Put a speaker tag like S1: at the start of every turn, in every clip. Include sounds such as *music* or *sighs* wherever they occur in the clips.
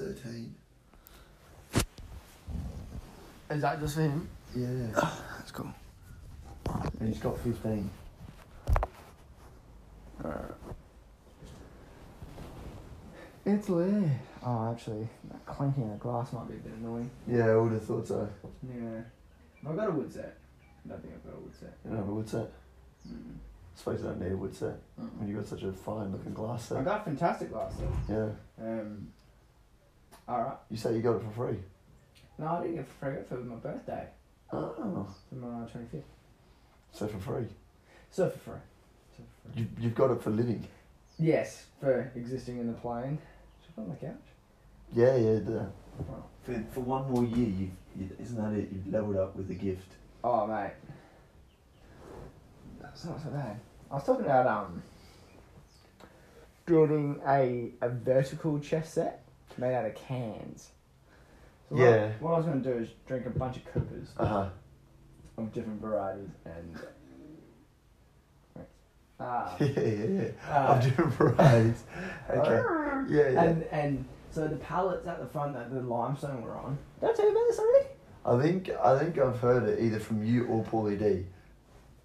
S1: Tate.
S2: Is that just for him?
S1: Yeah.
S3: Ah,
S2: That's cool.
S1: And he's got 15.
S2: It's lit. Oh, actually, that clanking of the glass might be a bit annoying.
S1: Yeah, I would have thought so.
S2: Yeah. Have I got a wood set? I don't think I've got a wood set.
S1: You know, a wood set. I suppose you don't need a wood set when
S2: Mm.
S1: you've got such a fine looking glass
S2: I
S1: set.
S2: got fantastic glass though.
S1: Yeah.
S2: Um, alright.
S1: You say you got it for free.
S2: No, I didn't get it for free for my birthday,
S1: Oh.
S2: for my 25th.
S1: So for free.
S2: So for free. So for free.
S1: You, you've got it for living.
S2: Yes, for existing in the plane. Should I put it on the couch?
S1: Yeah, yeah, yeah.
S3: For, for one more year, you, you, isn't that it? You've leveled up with a gift.
S2: Oh, mate. That's not so bad. I was talking about um building a, a vertical chess set made out of cans. So
S1: Yeah.
S2: What, what I was going to do is drink a bunch of Coopers
S1: Uh huh.
S2: of different varieties and.
S1: *laughs*
S2: Ah.
S1: *laughs* yeah, yeah, yeah.
S2: Ah.
S3: Uh,
S1: I'm
S3: *laughs*
S1: doing *laughs* varieties. Okay. Yeah, yeah.
S2: And and so the pallets at the front that the limestone were on. Did I tell you about this already?
S1: I think I think I've heard it either from you or Paulie D,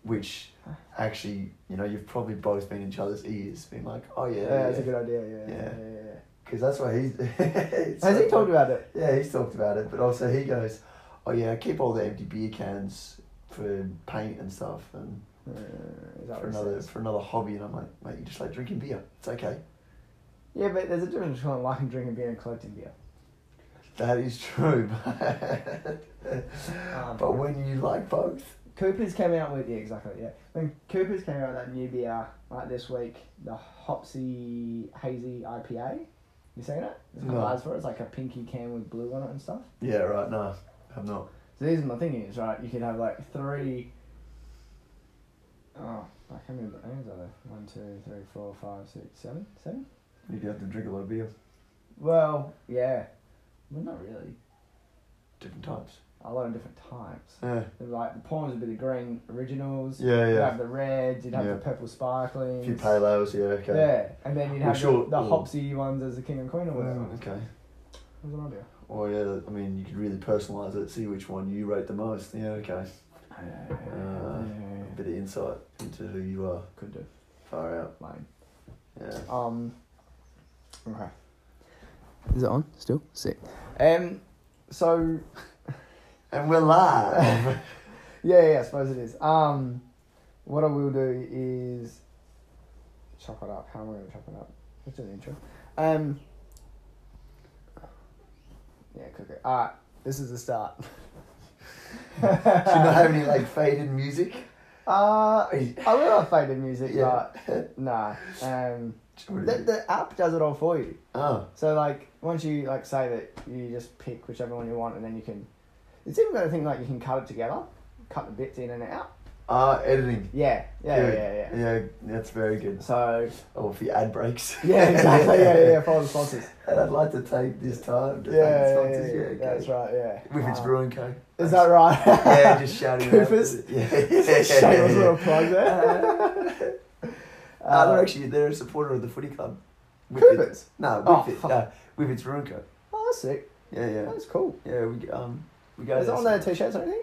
S1: which actually you know you've probably both been in each other's ears, being like, oh yeah,
S2: that's a good idea. Yeah.
S1: Yeah.
S2: yeah, yeah,
S1: because that's what *laughs* he's.
S2: yeah. Has he talked about it?
S1: Yeah, he's talked about it, but also he goes, oh yeah, I keep all the empty beer cans for paint and stuff, and
S2: Uh, is that
S1: for
S2: what it
S1: another
S2: says?
S1: for another hobby, and I'm like, mate, you just like drinking beer. It's okay.
S2: Yeah, but there's a difference between liking drinking beer and collecting beer.
S1: That is true, *laughs* but,
S2: Um,
S1: but when you like both,
S2: Coopers came out with yeah, exactly yeah. When Coopers came out with that new beer like this week, the Hopsy Hazy IPA. You seen it? It's got
S1: No.
S2: ads for it. It's like a pinky can with blue on it and stuff.
S1: yeah, right, no, I'm not.
S2: So these are my thinking is right. You could have like three. Oh, like how many brands are there? One, two, three, four, five, six, seven, seven.
S1: You have to drink a lot of beer,
S2: Well, yeah. Well, not really.
S1: different types.
S2: A lot of different types.
S1: Yeah,
S2: Like the prawns would be the green originals.
S1: yeah,
S2: You'd
S1: yeah.
S2: have the reds, you'd have
S1: Yeah.
S2: the purple
S1: A
S2: sparklings.
S1: few pale ales, yeah, okay.
S2: Yeah, and then you'd
S1: uh, Well,
S2: have
S1: sure,
S2: the, the
S1: or-
S2: hopsy ones as the king and queen or whatever.
S1: Mm, okay.
S2: That was an idea.
S1: Or yeah, I mean, you could really personalise it, see which one you rate the most. Yeah, okay. Uh, A bit of insight into who you are.
S2: Could do.
S1: Far out.
S2: Lame.
S1: Yeah.
S2: Um, okay. Is it on? Still? Sick. Um, so,
S1: And we're
S2: *laughs*
S1: live.
S2: yeah, yeah, I suppose it is. Um, what I will do is chop it up. How am I going to chop it up? Let's do an intro. Um, yeah, cook it. Alright, this is the start. Do you
S1: Do you not have any like faded music?
S2: *laughs* Uh,
S1: Hey.
S2: I will have faded music,
S1: Yeah.
S2: but nah. Um,
S1: What
S2: the,
S1: is it?
S2: the app does it all for you.
S1: Oh,
S2: So like once you like say that, you just pick whichever one you want, and then you can. It's even got a thing like you can cut it together, cut the bits in and out.
S1: ah, editing.
S2: Yeah, yeah, yeah,
S1: Good.
S2: yeah. yeah.
S1: Yeah, that's very good.
S2: So
S1: Oh, for your ad breaks. *laughs*
S2: yeah, exactly. yeah, yeah, yeah. Follow the sponsors.
S1: And I'd like to take this time to thank
S2: Yeah,
S1: the
S2: yeah,
S1: sponsors.
S2: yeah,
S1: Yeah,
S2: yeah,
S1: okay.
S2: that's right. Yeah.
S1: With its
S2: Uh,
S1: brewing co.
S2: Is that right?
S1: *laughs*
S2: *laughs*
S1: Yeah, just shouting out.
S2: Coopers? *laughs*
S1: Yeah.
S2: Shameless little plug there. *laughs*
S1: Uh, they're actually they're a supporter of the footy club. With it-
S2: Coopers.
S1: No, with
S2: Oh,
S1: it.
S2: fuck.
S1: No, with its room coat.
S2: Oh, that's sick.
S1: Yeah, yeah,
S2: That's cool.
S1: yeah. We um we go.
S2: Is it on their t-shirts or anything?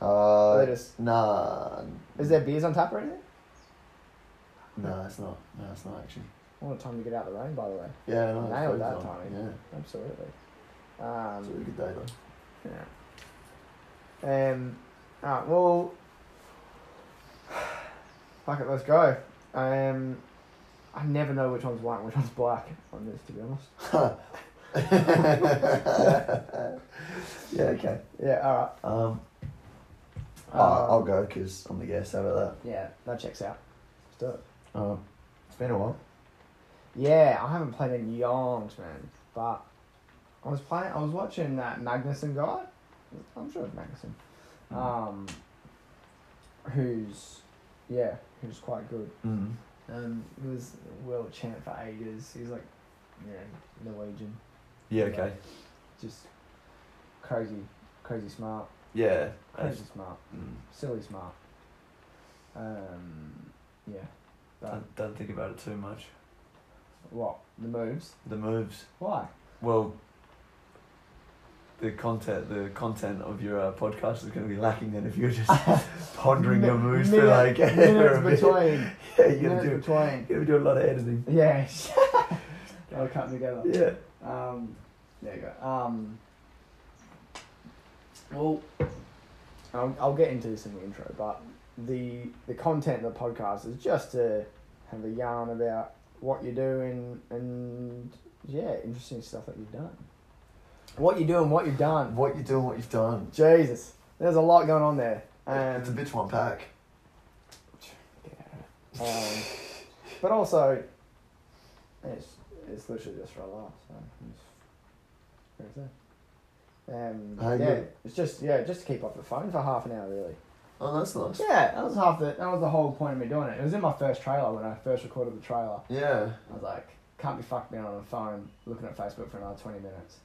S2: Or
S1: Uh,
S2: they just-
S1: nah,
S2: Is there beers on tap or anything?
S1: No, it's not. No, it's not actually.
S2: What a time to get out of the rain, by the way.
S1: Yeah, no, it's
S2: Nailed
S1: closed
S2: that
S1: on.
S2: time.
S1: Yeah,
S2: Absolutely.
S1: it's a really
S2: Um,
S1: good day though.
S2: yeah. Um, alright, well, *sighs* fuck it, let's go. Um, I never know which one's white and which one's black on this, to be honest.
S1: *laughs* yeah, okay.
S2: Yeah, alright.
S1: Um, I-
S2: Um,
S1: I'll go because I'm the guest. How about
S2: Yeah, that checks out. Let's do it.
S1: that? Um, it's been a while.
S2: Yeah, I haven't played in yonks, man. But I was playing. I was watching that Magnuson guy. I'm sure it's Magnuson.
S1: Mm.
S2: Um, who's yeah, who's quite good.
S1: Mm.
S2: Um, he was world champ for ages. He's like, you know, Norwegian.
S1: Yeah, okay.
S2: Just crazy, crazy smart,
S1: Yeah.
S2: crazy smart,
S1: Mm.
S2: silly smart. Um, yeah. But
S1: Don't, don't think about it too much.
S2: what the moves?
S1: The moves.
S2: Why?
S1: well, the content the content of your uh, podcast is going to be lacking then if you're *laughs* just pondering your moves for
S2: Minute-
S1: like *laughs* a
S2: minutes
S1: bit.
S2: between.
S1: Yeah, *laughs* you're
S2: minutes
S1: gonna do
S2: between.
S1: you're gonna do a lot of editing.
S2: Yeah. *laughs* They'll come together.
S1: Yeah.
S2: Um, there you go. Um, well, I'll, I'll get into this in the intro, but the the content of the podcast is just to have a yarn about what you do and and yeah, interesting stuff that you've done. What you do and what you've done.
S1: What you're doing, what you've done.
S2: Jesus, there's a lot going on there. And
S1: it's a bit to unpack.
S2: Yeah. Um, but also, it's it's literally just for a laugh. So it's, where is that? Um,
S1: I
S2: yeah,
S1: agree.
S2: it's just yeah, just to keep off the phone for half an hour, really.
S1: Oh, that's nice.
S2: Yeah, that was half the that was the whole point of me doing it. It was in my first trailer when I first recorded the trailer.
S1: Yeah.
S2: I was like, can't be fucked being on the phone looking at Facebook for another twenty minutes,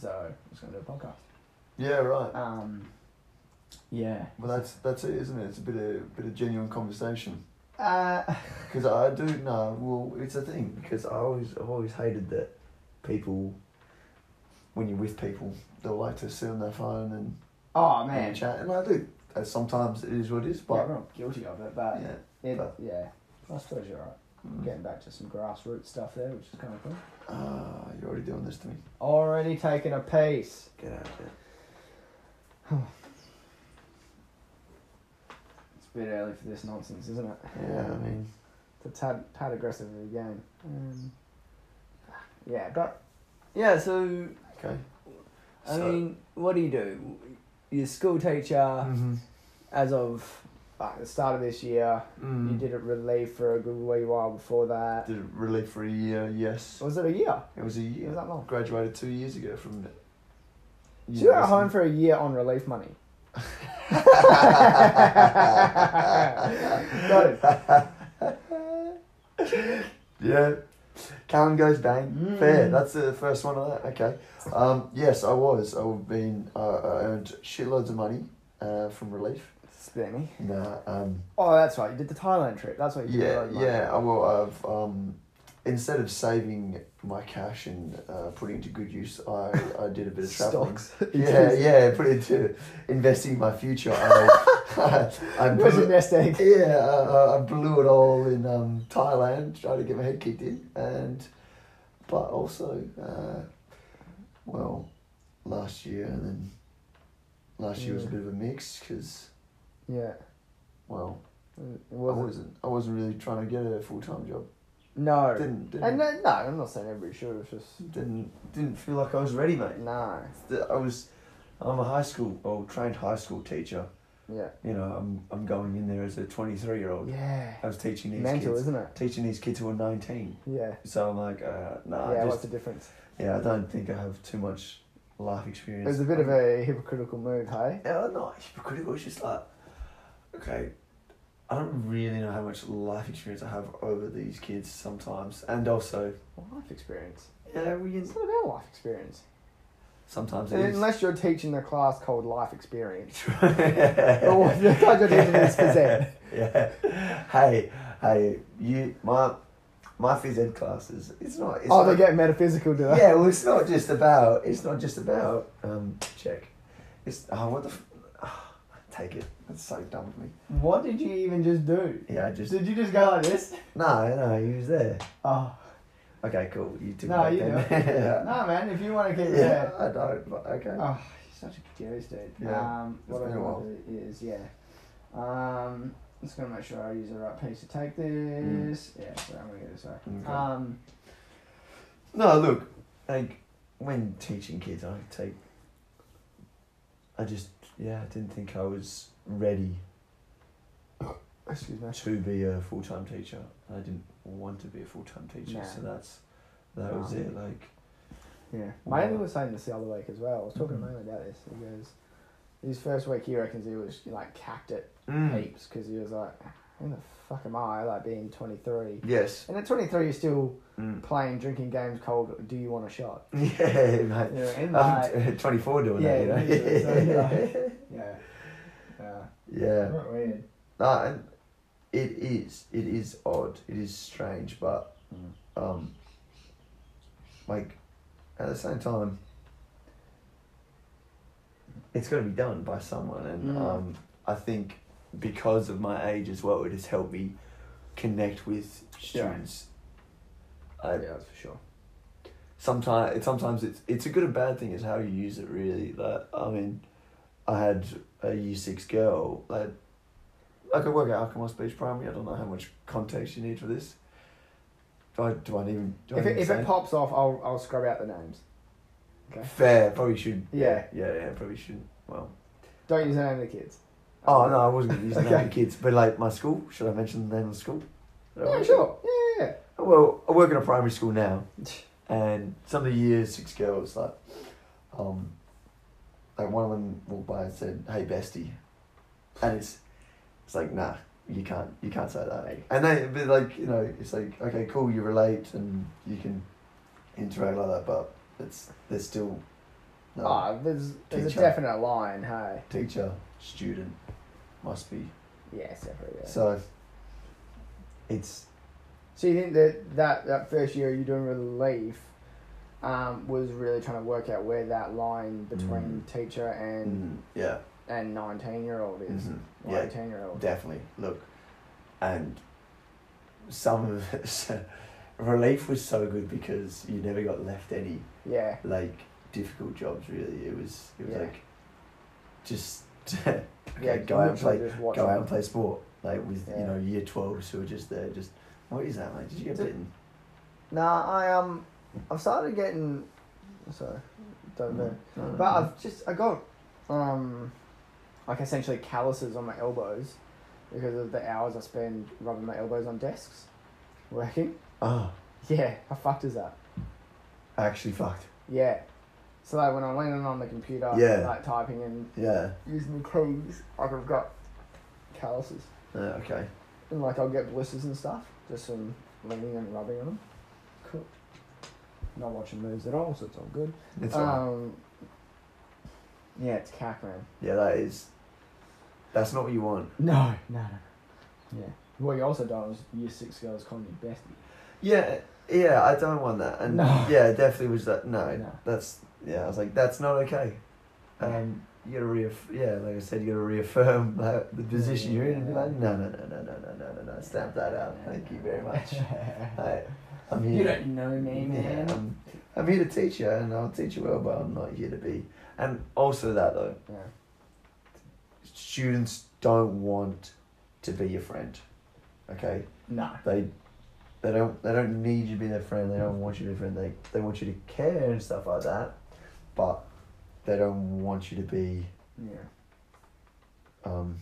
S2: so I'm just gonna do a podcast.
S1: Yeah. Right.
S2: Um, yeah.
S1: Well, that's that's it, isn't it? It's a bit of bit of genuine conversation.
S2: Uh,
S1: Because I do no. Well, it's a thing because I always I've always hated that people. When you're with people, they'll like to sit on their phone and,
S2: oh man,
S1: and chat, and I do. And sometimes it is what it is,
S2: yeah,
S1: but
S2: we're all guilty of it, but.
S1: yeah,
S2: It,
S1: But-
S2: yeah, I suppose you're right.
S1: Mm.
S2: Getting back to some grassroots stuff there, which is kind of cool.
S1: Ah, you're already doing this to me.
S2: Already taking a piece.
S1: Get out of there.
S2: It's a bit early for this nonsense, isn't it?
S1: Yeah, I mean,
S2: It's a tad, tad aggressive of a game. Um, yeah, but yeah. So
S1: okay.
S2: I
S1: So-
S2: mean, uh, what do you do? You're a school teacher
S1: Mm-hmm.
S2: as of like, the start of this year.
S1: Mm-hmm. Mm.
S2: You did a relief for a good wee while before that.
S1: Did relief for a year, yes.
S2: Was it a year?
S1: It was a
S2: It
S1: year.
S2: was that long.
S1: Graduated two years ago from.
S2: So you were at home for a year on relief money.
S1: *laughs*
S2: Got it.
S1: yeah. Callum goes bang.
S2: Mm.
S1: Fair. That's the first one of that. Okay. Um, yes, I was. I've been. Uh, I earned shitloads of money uh, from relief.
S2: Spinny.
S1: Nah. Um,
S2: Oh, that's right. You did the Thailand trip. That's what you did.
S1: yeah,
S2: right, Mike?
S1: yeah. I will. I've um, instead of saving my cash and uh, putting it to good use, I, I did a bit of
S2: *laughs*
S1: traveling.
S2: Stocks.
S1: *laughs* Yeah, yeah. Put it to investing in my future.
S2: *laughs*
S1: I, I
S2: Where's your
S1: blew,
S2: nest egg?
S1: yeah, I, I blew it all in um, Thailand, trying to get my head kicked in, and but also, uh, well, last year and then last year was a
S2: Yeah.
S1: bit of a mix because
S2: *laughs* Yeah.
S1: well,
S2: It
S1: I
S2: wasn't.
S1: wasn't I wasn't really trying to get a full time job.
S2: No.
S1: Didn't didn't
S2: And no, no, I'm not saying everybody should. It's just
S1: didn't didn't feel like I was ready, mate.
S2: no.
S1: The- I was, I'm a high school, well, trained high school teacher.
S2: Yeah.
S1: You know, I'm I'm going in there as a 23 year old.
S2: Yeah.
S1: I was teaching these
S2: Mental,
S1: kids,
S2: isn't it?
S1: teaching these kids who are 19.
S2: Yeah.
S1: So I'm like, uh, nah,
S2: yeah.
S1: I
S2: what's
S1: just,
S2: the difference?
S1: yeah, I don't think I have too much life
S2: It
S1: experience.
S2: was a bit of a hypocritical move, hey.
S1: Yeah, not hypocritical. It's just like, okay, I don't really know how much life experience I have over these kids sometimes, and also,
S2: Life experience.
S1: yeah, we
S2: It's not about life experience.
S1: sometimes it is.
S2: Unless you're teaching the class called life experience.
S1: oh,
S2: Oh, that's not good evidence for Zen.
S1: *laughs* Yeah. Hey, hey, you, my, my phys ed classes. It's not. It's
S2: oh,
S1: not,
S2: they get metaphysical, do they?
S1: Yeah, well, it's not just about. It's not just about. Um, check. It's oh, what the. F- *sighs* oh, take it. That's so dumb of me.
S2: What did you even just do?
S1: Yeah, I just.
S2: Did you just go like this?
S1: No, no, he was there.
S2: Oh.
S1: Okay, cool. You took
S2: No,
S1: it
S2: you do
S1: back
S2: it.
S1: then. yeah. *laughs*
S2: No, man, if you want to keep
S1: Yeah,
S2: it there.
S1: I don't. But okay.
S2: Oh, you're such a curious dude.
S1: Yeah,
S2: Um,
S1: it's
S2: what
S1: been
S2: I
S1: a
S2: want to do is, yeah. Um, just going to make sure I use the right piece to take this. Yeah, so I'm going to get this way.
S1: Mm. Okay.
S2: Um,
S1: No, look, like when teaching kids, I take. I just yeah, I didn't think I was ready
S2: excuse me.
S1: to be a full time teacher. I didn't want to be a full time teacher,
S2: No.
S1: so that's that was
S2: No.
S1: it. Like
S2: Yeah.
S1: Wow.
S2: Mainly was saying this the other week as well. I was talking
S1: Mhm.
S2: mainly about this. He goes, his first week, he reckons he was, like, cacked at
S1: Mm.
S2: heaps because he was like, who the fuck am I, like, being 23?
S1: yes,
S2: And at 23, you're still
S1: mm. *laughs*
S2: playing, drinking games called Do You Want a Shot?
S1: yeah,
S2: You
S1: mate.
S2: know, and like,
S1: I'm *laughs* twenty four doing
S2: Yeah,
S1: that.
S2: you do, so,
S1: You know? *laughs*
S2: yeah. yeah. Yeah.
S1: yeah.
S2: Right, weird.
S1: No, and it is. It is odd. It is strange, but
S2: Mm.
S1: um, like at the same time, it's got to be done by someone, and
S2: Mm.
S1: um, I think because of my age as well, it has helped me connect with students. I,
S2: yeah, that's for sure.
S1: sometimes it's sometimes it's it's a good and bad thing is how you use it really like i mean i had a year six girl like i could work out alchemist beach primary i don't know how much context you need for this do i do i even do I
S2: If it,
S1: even
S2: if
S1: say
S2: it pops off, I'll I'll scrub out the names. Okay.
S1: fair probably should
S2: Yeah.
S1: yeah yeah probably shouldn't well
S2: Don't use the name of the kids.
S1: oh no i wasn't gonna
S2: *laughs*
S1: use the name
S2: Okay.
S1: of kids but like my school should i mention the name of the school Did I
S2: Yeah,
S1: mention-
S2: sure. Yeah, yeah,
S1: well i work in a primary school now
S2: yeah.
S1: and some of the year six girls like um like one of them walked by and said hey bestie and it's it's like nah you can't you can't say that eh? and they but like you know it's like okay cool you relate and you can interact like that but it's they're still no
S2: Ah, there's there's
S1: Teacher.
S2: a definite line. Hey.
S1: teacher student must be
S2: Yeah, separate. Yeah. So,
S1: so it's
S2: you think that, that that first year you doing relief um, was really trying to work out where that line between teacher and
S1: mm, yeah
S2: and nineteen year old is.
S1: mhm, yeah
S2: Nineteen year old.
S1: Definitely. Look, and some of it, *laughs* relief was so good because you never got left any
S2: Yeah.
S1: like difficult jobs. Really, it was it was
S2: Yeah.
S1: like just *laughs* okay,
S2: yeah.
S1: go out and
S2: literally
S1: play,
S2: just watch
S1: go
S2: them.
S1: out and play sport. Like with you
S2: Yeah.
S1: know year twelves who were just there, just what is that, mate? Did you get
S2: Did-
S1: bitten?
S2: Nah, I um, I've started getting. Sorry, don't know.
S1: No, no,
S2: But
S1: no.
S2: I've just I got um, like essentially calluses on my elbows because of the hours I spend rubbing my elbows on desks, working. *laughs*
S1: oh,
S2: Yeah, how fucked is that?
S1: actually fucked.
S2: Yeah. So like when I'm leaning on the computer,
S1: Yeah.
S2: like typing and
S1: Yeah.
S2: using the keys, like I've got calluses
S1: Uh, okay.
S2: and like I'll get blisters and stuff just from leaning and rubbing on them. Cool. Not watching movies at all, so it's all good.
S1: It's alright.
S2: Um, yeah, it's cack, man.
S1: Yeah, that is. That's not what you want.
S2: No, no, no. Yeah. What you also done was year six girls calling you bestie.
S1: Yeah, yeah, I don't want that. And
S2: No.
S1: yeah, it definitely was that. No,
S2: No.
S1: that's yeah. I was like, that's not okay. Um, you gotta reaff- yeah, like I said, you gotta reaffirm *laughs* that, the position you're in and be like, no, no, no, no, no, no, no, no, no, stamp that out. Thank you very
S2: *laughs*
S1: much. I, I'm here.
S2: you don't know me,
S1: Yeah, Um,
S2: man.
S1: I'm, I'm here to teach you, and I'll teach you well, but I'm not here to be. And also that though,
S2: Yeah.
S1: students don't want to be your friend. Okay,
S2: No.
S1: they they don't they don't need you to be their friend. They don't want you to be their friend. They they want you to care and stuff like that, but they don't want you to be.
S2: Yeah.
S1: Um,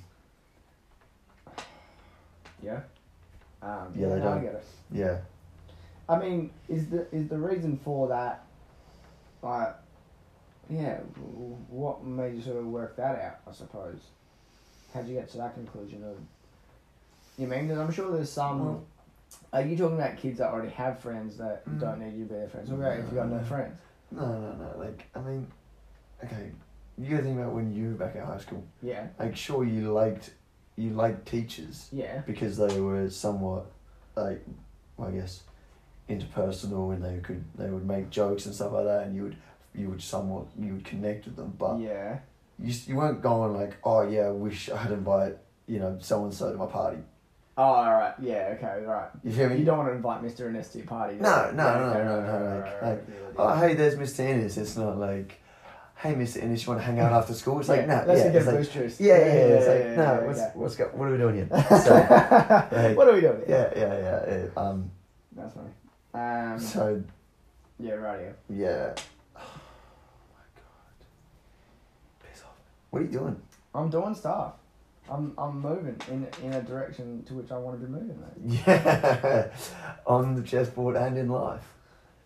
S2: Yeah. Um,
S1: Yeah, they
S2: no, I
S1: don't.
S2: get it.
S1: yeah,
S2: I mean, is the is the reason for that, like, yeah, w- what made you sort of work that out? I suppose. How'd you get to that conclusion of? You mean? 'Cause I'm sure there's some.
S1: Well-
S2: are you talking about kids that already have friends that
S1: Mm.
S2: don't need you to be their friends? What about if you got no
S1: Mm.
S2: friends?
S1: no, no, no. Like I mean, okay, you gotta think about when you were back at high school.
S2: Yeah.
S1: Like sure, you liked you liked teachers
S2: Yeah.
S1: because they were somewhat like, well, I guess, interpersonal, and they could they would make jokes and stuff like that, and you would you would somewhat you would connect with them, but.
S2: yeah.
S1: you, s- you weren't going like, oh yeah, I wish I'd invite, you know, so and so to my party.
S2: Oh, all right. Yeah. Okay. All right.
S1: You feel me?
S2: You don't want to invite Mr. Innes to your party. do
S1: No,
S2: you?
S1: no,
S2: Yeah,
S1: no,
S2: okay,
S1: no,
S2: right,
S1: no,
S2: right,
S1: like- like,
S2: right, right, right,
S1: Oh,
S2: right.
S1: hey, there's Mr. Innes. It's not like, hey, Mr. Innes, you want to hang out after school? It's
S2: Yeah,
S1: like, no,
S2: let's
S1: yeah,
S2: get
S1: it's like,
S2: boosters.
S1: yeah, yeah, yeah, It's like,
S2: yeah,
S1: no,
S2: yeah,
S1: what's,
S2: yeah.
S1: what's go- what are we doing
S2: *laughs*
S1: here? So, like-
S2: what are we doing?
S1: yeah, yeah, yeah, yeah. Um,
S2: That's funny. Um,
S1: so
S2: yeah, radio.
S1: yeah. *sighs* Oh my god. Piss off. What are you doing? *laughs*
S2: I'm doing stuff. I'm I'm moving in in a direction to which I want to be moving. Mate.
S1: Yeah, on the chessboard and in life.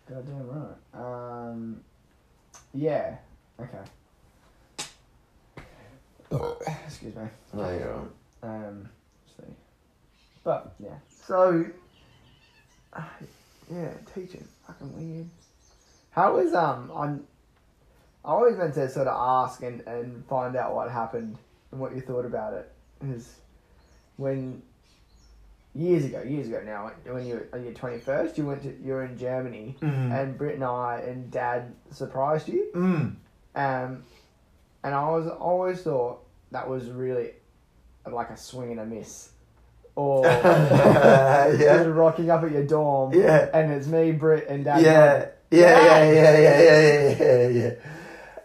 S2: Goddamn right. Um, yeah. Okay. Excuse me.
S1: No, you're on.
S2: Um, see. But yeah. *sighs*
S1: So, uh, yeah, teaching, fucking weird.
S2: How is um I'm I always meant to sort of ask and, and find out what happened and what you thought about it. Because when years ago, years ago now, when- when you were on your twenty first, you went to you were in Germany,
S1: Mm.
S2: and Britt and I and Dad surprised you,
S1: Mm. *laughs*
S2: um, and I was always thought that was really like a swing and a miss,
S1: *laughs*
S2: or
S1: Yeah.
S2: just rocking up at your dorm,
S1: Yeah.
S2: and it's me, Britt, and Dad,
S1: Yeah. Yeah, yeah, yeah, yeah, yeah, yeah, yeah, yeah.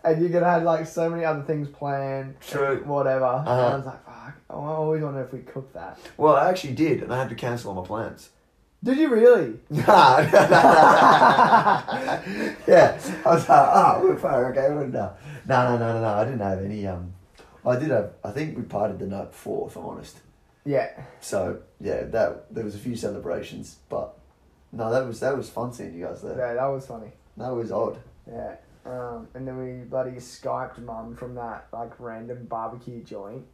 S2: and you could have had like so many other things planned,
S1: True.
S2: whatever. And
S1: Uh-huh.
S2: I was like, fuck, I always wonder if we cook that.
S1: Well, I actually did, and I had to cancel all my plans. *laughs*
S2: Did you really?
S1: Nah, yeah, I was like, oh, we're fine, okay, we're no. No, no, no, no, no, I didn't have any. Um, I did have. I think we partied the night before, if I'm honest.
S2: Yeah.
S1: So yeah, that there was a few celebrations, but no, that was that was fun seeing you guys there.
S2: Yeah, that was funny.
S1: That was odd.
S2: Yeah. Um, and then we bloody Skyped mum from that like random barbecue joint.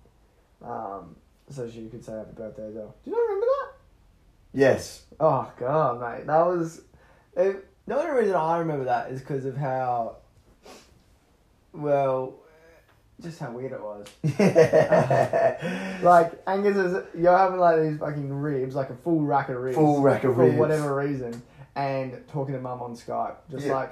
S2: Um, so she could say happy birthday as well. Do you not remember that?
S1: Yes. *laughs*
S2: Oh god, mate, that was. It, the only reason I remember that is because of how. Well, just how weird it was. Like Angus is, you're having like these fucking ribs, like a full rack of ribs,
S1: Full rack of
S2: for
S1: ribs.
S2: whatever reason, and talking to mum on Skype, just
S1: Yeah.
S2: like,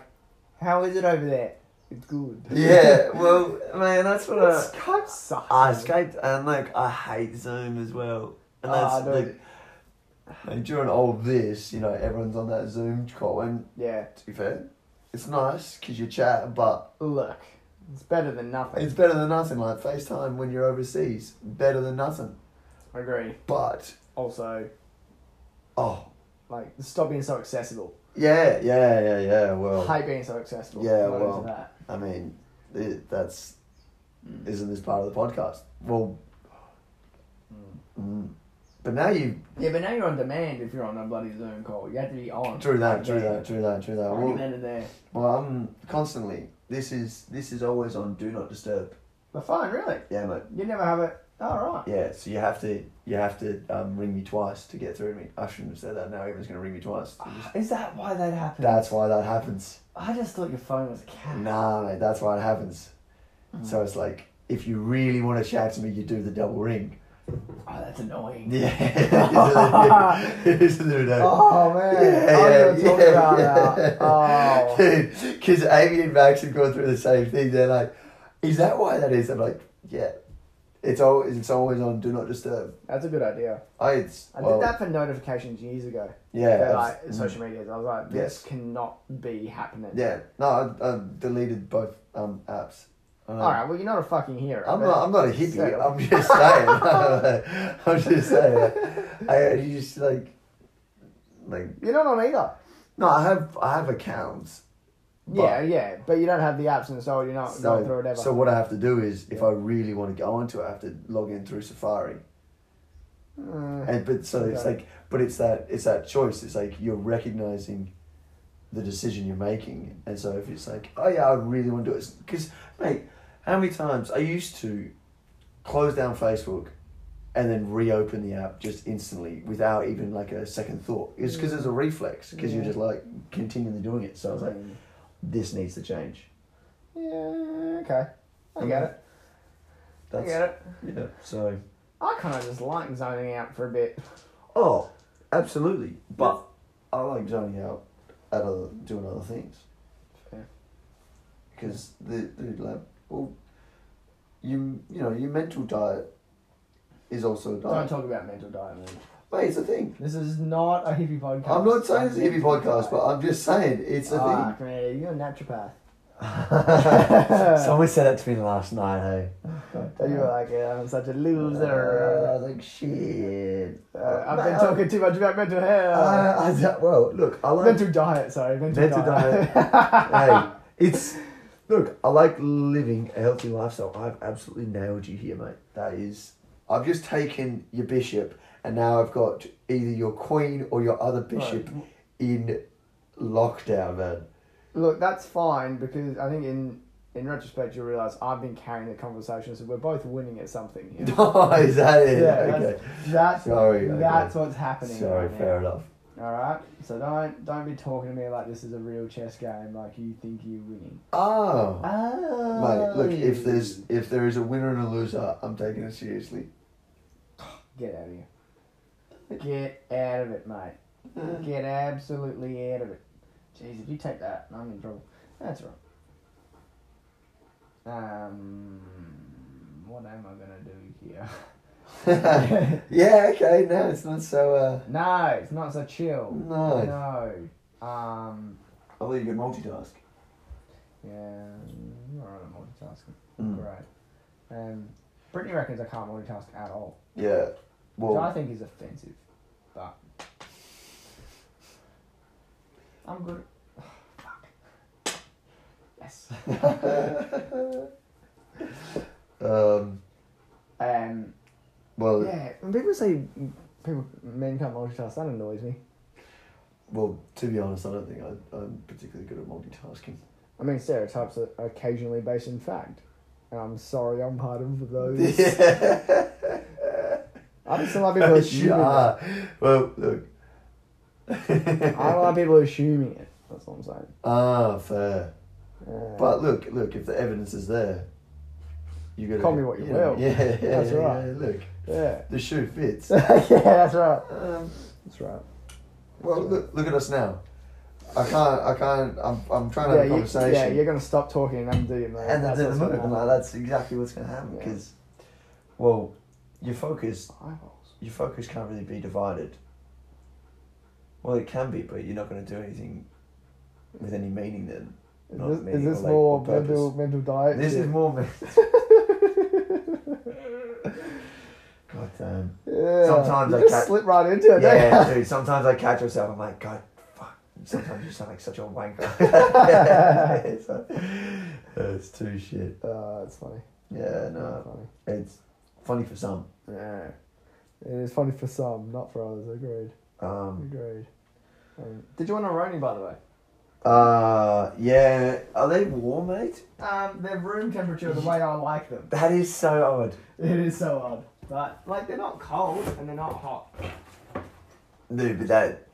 S2: how is it over there? It's good.
S1: *laughs* yeah. Ah, Well, man, that's what I.
S2: Skype sucks.
S1: I
S2: man.
S1: escaped, and like I hate Zoom as well. And
S2: Ah,
S1: that's
S2: I know.
S1: like, and during all this, you know, everyone's on that Zoom call, and
S2: Yeah,
S1: to be fair, it's nice because you chat, but
S2: look, it's better than nothing.
S1: it's better than nothing. Like FaceTime when you're overseas, better than nothing.
S2: I agree.
S1: But
S2: Also,
S1: oh
S2: like, stop being so accessible.
S1: yeah, yeah, yeah, yeah. Well,
S2: Hate being so accessible.
S1: Yeah,
S2: I'm not
S1: well.
S2: into that.
S1: I mean, it, that's isn't this part of the podcast? Well,
S2: Hmm.
S1: mm. but now you
S2: Yeah, but now you're on demand if you're on a bloody Zoom call. You have to be on.
S1: drew that, drew
S2: Yeah.
S1: that, drew that, drew that.
S2: Right
S1: Well,
S2: then and there.
S1: Well, I'm constantly. This is this is always on Do Not Disturb.
S2: The phone, really?
S1: Yeah, mate.
S2: You never have it. All right.
S1: Yeah, so you have to you have to um, ring me twice to get through to me. I shouldn't have said that. Now everyone's going to ring me twice. I'm just-
S2: Is that why that happened?
S1: that's why that happens.
S2: I just thought your phone was a cat.
S1: Nah, mate. That's why it happens. So it's like if you really want to shout to me, you do the double ring. *laughs*
S2: Oh, that's annoying.
S1: Yeah. It's a little- *laughs*
S2: Oh man, I was gonna talk about that. Oh,
S1: Because Amy and Max have gone through the same thing. They're like, "Is that why that is?" I'm like, "Yeah, it's always it's always on Do Not Disturb."
S2: that's a good idea.
S1: I, it's,
S2: I
S1: well,
S2: did that for notifications years ago.
S1: Yeah,
S2: They're
S1: I
S2: like
S1: was-
S2: social medias. I was like, this
S1: Yes.
S2: cannot be happening.
S1: yeah. No, I, I deleted both um, apps. Um,
S2: All right. Well, you're not a fucking hero.
S1: I'm
S2: but
S1: not. I'm not a hippie.
S2: still.
S1: I'm just saying. *laughs* I'm just saying. I you just like, like.
S2: You're not on either.
S1: No, I have. I have accounts. But-
S2: yeah, yeah. But you don't have the apps installed. You're not going through
S1: So,
S2: whatever.
S1: so what I have to do is, if I really want to go onto it, I have to log in through
S2: *laughs*
S1: Safari.
S2: Mm,
S1: And but so it's
S2: Okay.
S1: like, but it's that it's that choice. It's like you're recognizing the decision you're making, and so if it's like, oh yeah, I really want to do it, because mate, how many times I used to close down Facebook and then reopen the app just instantly without even like a second thought. It's because it's a reflex because you're
S2: Mm. Yeah. Mm.
S1: just like continually doing it. So I was like, this needs to change.
S2: yeah. Okay. I
S1: Mm.
S2: get it. I get it.
S1: yeah. So.
S2: I kind of just like zoning out for a bit.
S1: Oh, absolutely. But I like zoning out at other doing other things.
S2: Fair.
S1: Because the, the like well, you you know your mental diet is also a
S2: Don't
S1: diet.
S2: talk about mental diet, man.
S1: Wait, it's a thing.
S2: This is not a hippie podcast.
S1: I'm not saying it's a hippie podcast, but I'm just saying it's a
S2: Ah, come here, you're a naturopath.
S1: thing. Someone said that to me last night. Hey,
S2: You *laughs* were like, yeah, I'm such a
S1: I
S2: loser.
S1: was like, shit.
S2: Uh, I've
S1: Mate,
S2: been talking too much about mental health.
S1: I, I, well, look, I like
S2: mental diet, sorry. Uh, Mental,
S1: Mental
S2: diet.
S1: hey, it's look. I like living a healthy lifestyle. I've absolutely nailed you here, mate. That is, I've just taken your bishop, and now I've got either your queen or your other bishop in lockdown, man.
S2: *laughs*
S1: *laughs*
S2: Look, that's fine because I think in in retrospect you realise I've been carrying the conversation, so we're both winning at something here.
S1: oh, is that it?
S2: *laughs* Yeah,
S1: okay.
S2: that's, that's,
S1: Sorry, okay.
S2: that's what's happening.
S1: Sorry,
S2: right
S1: fair enough.
S2: Now. All right, so don't don't be talking to me like this is a real chess game, like you think you're winning.
S1: Oh. Mate,
S2: Oh,
S1: look. If there's if there is a winner and a loser, I'm taking it seriously.
S2: get out of here. Get out of it, mate.
S1: Uh,
S2: Get absolutely out of it. Jeez, if you take that, I'm in trouble. That's all right. Um, what am I gonna do here?
S1: *laughs*
S2: *laughs*
S1: yeah, okay, no, it's not so. Uh,
S2: no, it's not so chill.
S1: no.
S2: No. Um.
S3: Although you can multitask.
S2: Yeah. I'm All right, I'm multitasking.
S1: Hmm.
S3: Mm.
S2: Great. Um. Brittany reckons I can't multitask at all,
S1: Yeah.
S2: which I
S1: Well,
S2: think is offensive, but I'm good. *sighs* Fuck. Yes.
S1: um,
S2: Um.
S1: well,
S2: Yeah, when people say people men can't multitask, that annoys me.
S1: well. To be honest, I don't think I, I'm particularly good at
S2: *laughs*
S1: multitasking.
S2: I mean, stereotypes are occasionally based in fact, and I'm sorry, I'm part of
S1: *laughs*
S2: those.
S1: Yeah.
S2: I just don't
S1: *laughs*
S2: like people assuming. that.
S1: Well, look.
S2: *laughs* I don't like people assuming it. That's what I'm saying.
S1: *laughs* ah, fair.
S2: Uh,
S1: But look, look. If the evidence is there, you got to
S2: Call me what you will.
S1: Yeah, yeah,
S2: That's
S1: yeah,
S2: right.
S1: yeah, Look,
S2: yeah, *laughs*
S1: the shoe fits.
S2: yeah, that's right.
S1: um,
S2: That's right.
S1: well, look, look at us now. I can't. I can't. I'm. I'm trying to
S2: yeah,
S1: have a
S2: you,
S1: conversation.
S2: yeah, you're gonna stop talking and undo your
S1: and
S2: man.
S1: then
S2: that's
S1: do the
S2: what's gonna
S1: move. and,
S2: happen.
S1: Like, that's exactly what's going to happen
S2: Yeah.
S1: because, well, your focus,
S2: Eyeballs.
S1: your focus can't really be divided. Well, it can be, but you're not going to do anything with any meaning then.
S2: Is
S1: Not
S2: this,
S1: me,
S2: is this
S1: or, like,
S2: more
S1: on purpose.
S2: mental mental diet?
S1: This
S2: shit?
S1: is
S2: *laughs*
S1: more. me- God
S2: *laughs*
S1: damn.
S2: Yeah.
S1: Sometimes
S2: you
S1: I
S2: just
S1: catch-
S2: slip right into it. don't you?
S1: Yeah, dude. Sometimes I catch myself. I'm like, God, fuck. Sometimes you sound like such a wanker. *laughs*
S2: *laughs*
S1: it's, like, it's too shit. *laughs*
S2: Uh, it's funny.
S1: Yeah,
S2: It's
S1: no.
S2: funny.
S1: It's funny for some.
S2: Yeah. It is funny for some, not for others. Agreed.
S1: Um,
S2: Agreed. Um, did you want a Roni, by the way?
S1: uh, yeah. Are they warm, mate?
S2: Um, they're room temperature the *laughs* way I like them.
S1: That is so odd.
S2: It is so odd. But, like, they're not cold and they're not hot.
S1: Dude, but that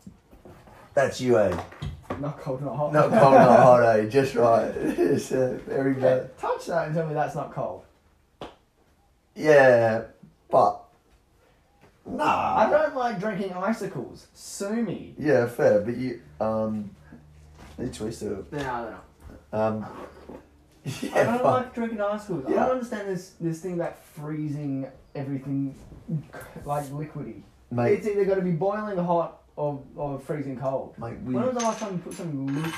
S1: that's you, eh?
S2: Not cold, not
S1: *laughs*
S2: hot.
S1: Not cold, not hot, eh? Just right. *laughs* It's uh, very
S2: Yeah,
S1: bad.
S2: touch that and tell me that's not cold.
S1: Yeah, but
S2: I
S1: nah.
S2: don't like drinking icicles. Sue me.
S1: Yeah, fair. But you um, they twist it.
S2: No, no, no.
S1: Um, *laughs*
S2: I
S1: yeah,
S2: don't
S1: fuck.
S2: like drinking icicles. I
S1: Yeah.
S2: don't understand this, this thing about freezing everything like liquidy.
S1: mate.
S2: It's either got to be boiling hot or, or freezing cold.
S1: mate, we
S2: When was the last time you put some luke,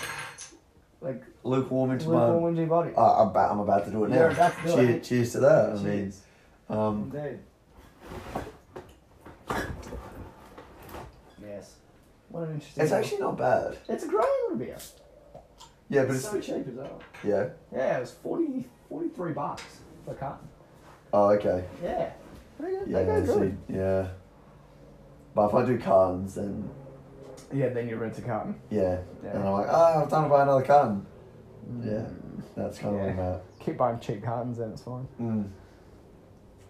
S2: like
S1: lukewarm into
S2: lukewarm
S1: my.
S2: into your body?
S1: I, I'm about. I'm about to do it
S2: You're
S1: now.
S2: about to do
S1: Cheer-
S2: it.
S1: Cheers to that. I mean,
S2: Cheers.
S1: um,
S2: Indeed. Yes. What an interesting.
S1: it's actually not bad.
S2: It's a great little beer.
S1: Yeah, but
S2: it's
S1: it's
S2: so cheap as well.
S1: yeah.
S2: Yeah, it was 40, 43 bucks for a carton.
S1: Oh, okay.
S2: Yeah. They go,
S1: Yeah,
S2: they go
S1: so-
S2: good.
S1: yeah. But if I do cartons, then
S2: Yeah, then you rent a carton.
S1: yeah, Mm.
S2: Yeah.
S1: and I'm like, ah, I've done to buy another carton. Yeah, that's kind
S2: Yeah.
S1: of what
S2: Keep buying cheap cartons, then it's fine.
S1: I'm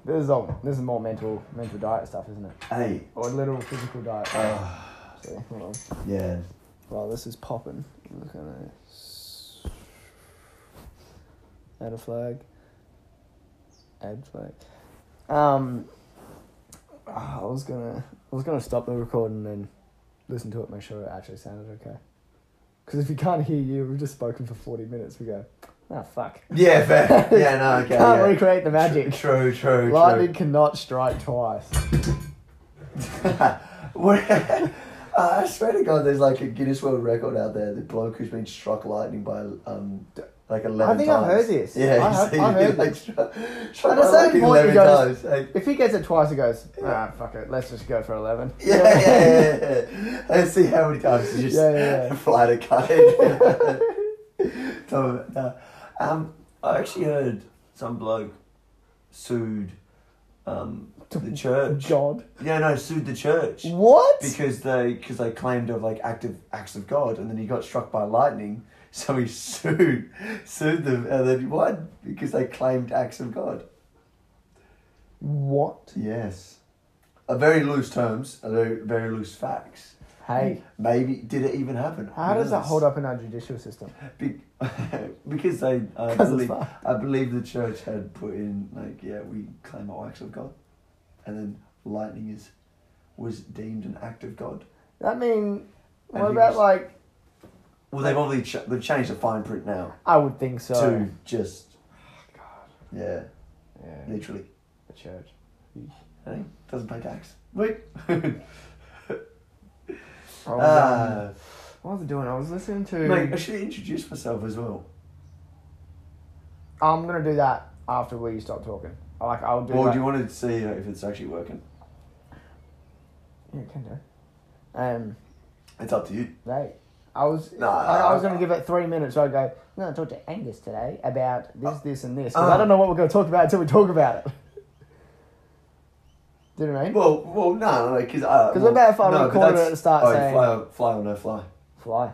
S2: This is all. This is more mental, mental diet stuff, isn't it?
S1: at. Mm. Hey,
S2: Or literal physical diet.
S1: uh,
S2: See, hold on.
S1: yeah,
S2: Wow, this is popping. Look at this. Add a flag. Add flag. Um, ah, I was gonna, I was gonna stop the recording and listen to it, make sure it actually sounded okay. Because if you can't hear you, we've just spoken for forty minutes. We go, ah, fuck.
S1: yeah, *laughs* fair. yeah, no, okay.
S2: can't
S1: yeah.
S2: recreate the magic.
S1: True, true, true.
S2: Lightning cannot strike twice.
S1: *laughs* What- Uh, I swear to God, there's like a Guinness World Record out there. The bloke who's been struck lightning by um d- like eleven.
S2: think I've
S1: times.
S2: heard this.
S1: Yeah,
S2: I
S1: he's-
S2: have-
S1: he's
S2: I've
S1: been,
S2: heard
S1: like,
S2: this.
S1: stru- struck
S2: At a
S1: by
S2: certain
S1: lightning
S2: point, he
S1: eleven
S2: goes-
S1: times. Like, *laughs*
S2: If he gets it twice, he goes, ah, fuck it, let's just go for eleven.
S1: Yeah, yeah, yeah, yeah. Let's see how many times you just
S2: Yeah, yeah,
S1: *laughs*
S2: yeah.
S1: fly the kite. Tell me about that. um, I actually heard some bloke sued um, the church.
S2: God.
S1: Yeah, no, sued the church
S2: What?
S1: because they because they claimed of like active acts of God, and then he got struck by lightning. *laughs* So he sued sued them, and then he won because they claimed acts of God.
S2: What?
S1: Yes, a very loose terms, a very, very loose facts.
S2: Hey,
S1: Maybe did it even happen?
S2: how does that hold up in our judicial system?
S1: Be- *laughs* because they, I
S2: 'Cause it's
S1: believe,
S2: fucked.
S1: I believe the church had put in like, yeah, we claim our acts of God, and then lightning is was deemed an act of God.
S2: I mean,
S1: And
S2: what
S1: he
S2: about
S1: was-
S2: like?
S1: Well, they've obviously ch- they've changed the fine print now
S2: I would think so. Oh,
S1: to just
S2: God,
S1: yeah,
S2: yeah,
S1: literally
S2: the church.
S1: hey, doesn't pay tax.
S2: *laughs*
S1: Wait, Ah.
S2: Oh,
S1: uh,
S2: what was I doing? I was listening to.
S1: mate, uh, I should introduce myself as well.
S2: I'm gonna do that after we stop talking. Like I'll do.
S1: Or
S2: that.
S1: do you want to see you know, if it's actually working?
S2: Yeah, can do. Um,
S1: It's up to you.
S2: right. I was.
S1: No,
S2: I, I was
S1: I-
S2: going to give it three minutes. So I go. I'm going to talk to Angus today about this, this, and this. 'cause I
S1: Uh.
S2: don't know what we're going to talk about until we talk about it. *laughs* do you know what I mean?
S1: Well, well, no, no, uh, because because
S2: what about if I recorded it at the start
S1: oh,
S2: saying-
S1: fly, or, fly or no fly,
S2: Fly.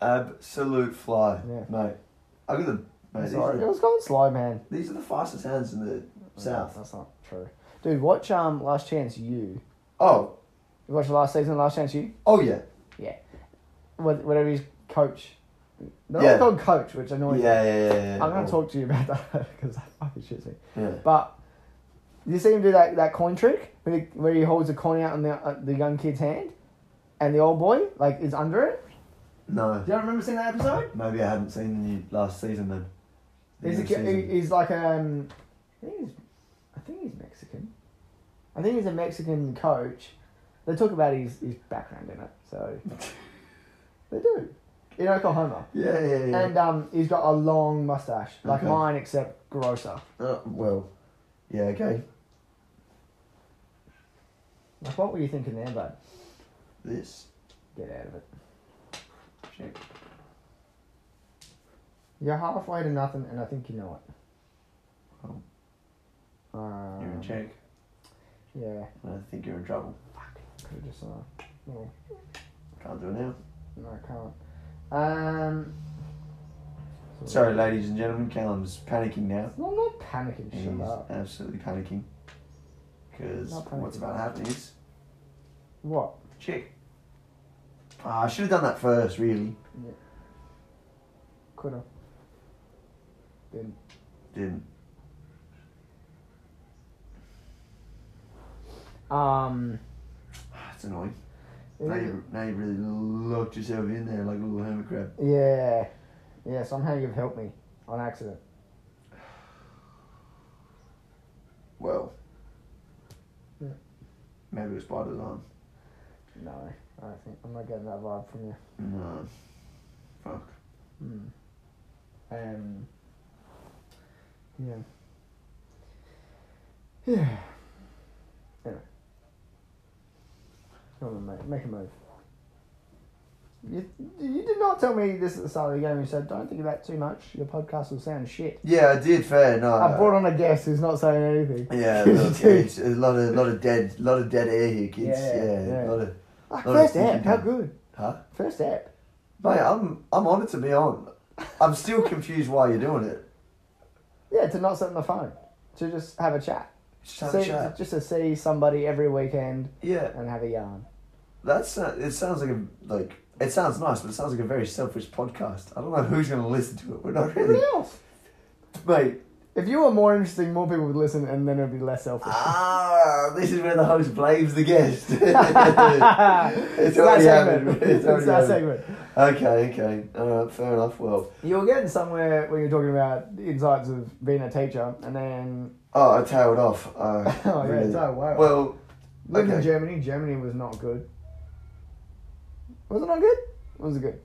S1: absolute fly,
S2: Yeah.
S1: mate. I got the mate, these,
S2: Sorry. Oh, It
S1: are
S2: was going slow, man.
S1: the, these are the fastest hands in the south.
S2: That's not true, dude. Watch um Last Chance You.
S1: Oh,
S2: You watched the last season of Last Chance You.
S1: oh yeah,
S2: What- Whatever his coach. No,
S1: Yeah.
S2: yeah. called coach, which
S1: yeah,
S2: annoys me.
S1: yeah, yeah. yeah, yeah.
S2: I'm going
S1: Oh,
S2: to talk to you about that *laughs* because that fucking shits me.
S1: Yeah.
S2: But you see him do that, that coin trick where he, where he holds a coin out in the, uh, the young kid's hand, and the old boy like is under it.
S1: No,
S2: Do you remember seeing that episode?
S1: maybe I haven't seen the new last season then. The
S2: He's, a,
S1: new
S2: ki-
S1: season.
S2: he- he's like um, I think he's, I think he's Mexican. I think he's a Mexican coach. They talk about his, his background in it,
S1: *laughs*
S2: so they do in Oklahoma.
S1: yeah, yeah, yeah.
S2: And um, he's got a long mustache, like
S1: Okay.
S2: mine, except grosser.
S1: Uh, well, yeah, okay.
S2: Like, what were you thinking there, bud?
S1: This
S2: Get out of it.
S1: check.
S2: You're halfway to nothing, and I think you know it.
S1: Oh.
S2: Um,
S1: You're in check.
S2: Yeah.
S1: Um, I think you're in trouble.
S2: Could just uh, no,
S1: Can't do it now.
S2: no, I can't. Um.
S1: Sorry, ladies and gentlemen. Callum's panicking now.
S2: Well, I'm not panicking.
S1: He's
S2: Shut up.
S1: absolutely panicking. Because
S2: Not panicking.
S1: what's about to happen is
S2: What?
S1: check. Ah, I should have done that first, really.
S2: Could have. Didn't.
S1: Didn't.
S2: Um.
S1: That's Ah, annoying.
S2: it
S1: Now
S2: is-
S1: you, now you really locked yourself in there like a little hermit crab.
S2: Yeah. Yeah, somehow you've helped me on accident.
S1: Well,
S2: Yeah.
S1: maybe it was by design.
S2: No, I don't think. I'm not getting that vibe from you.
S1: No. Fuck.
S2: Mm. Um. Yeah. Yeah. Anyway. Come on, mate. Make a move. You, you did not tell me this at the start of the game. You said, don't think about it too much. Your podcast will sound shit.
S1: Yeah, I did. Fair. No.
S2: I brought on a guest who's not saying anything.
S1: Uh,
S2: *laughs*
S1: Yeah, look, yeah, it's a lot of lot of dead lot of dead air here, kids.
S2: Yeah,
S1: Yeah,
S2: yeah.
S1: lot of
S2: Like,
S1: Not a
S2: first
S1: thinking
S2: app, how
S1: game.
S2: good.
S1: huh.
S2: First app.
S1: Mate, I'm I'm honoured to be on. I'm still confused why you're doing it.
S2: Yeah, to not sit on the phone. To just have a chat.
S1: Just have
S2: see,
S1: a chat.
S2: Just to see somebody every weekend
S1: Yeah,
S2: and have a yarn.
S1: that's uh, it. Sounds like a like it sounds nice, but it sounds like a very selfish podcast. I don't know who's going to listen to it. We're not really,
S2: Everybody else.
S1: mate.
S2: If you were more interesting, more people would listen, and then it'd be less
S1: *laughs*
S2: selfish. *laughs*
S1: Ah, this is where the host blames the guest. it's
S2: that
S1: already
S2: segment.
S1: happened. *laughs*
S2: It's
S1: It's already
S2: that
S1: happened.
S2: segment.
S1: Okay, okay. All right, fair enough. Well,
S2: You were getting somewhere when you're talking about the insights of being a teacher, and then
S1: oh, I tailed off. Uh,
S2: oh yeah,
S1: really.
S2: it's oh wow.
S1: Well,
S2: Lived in
S1: okay.
S2: Germany. Germany was not good. Was it not good? Was it good?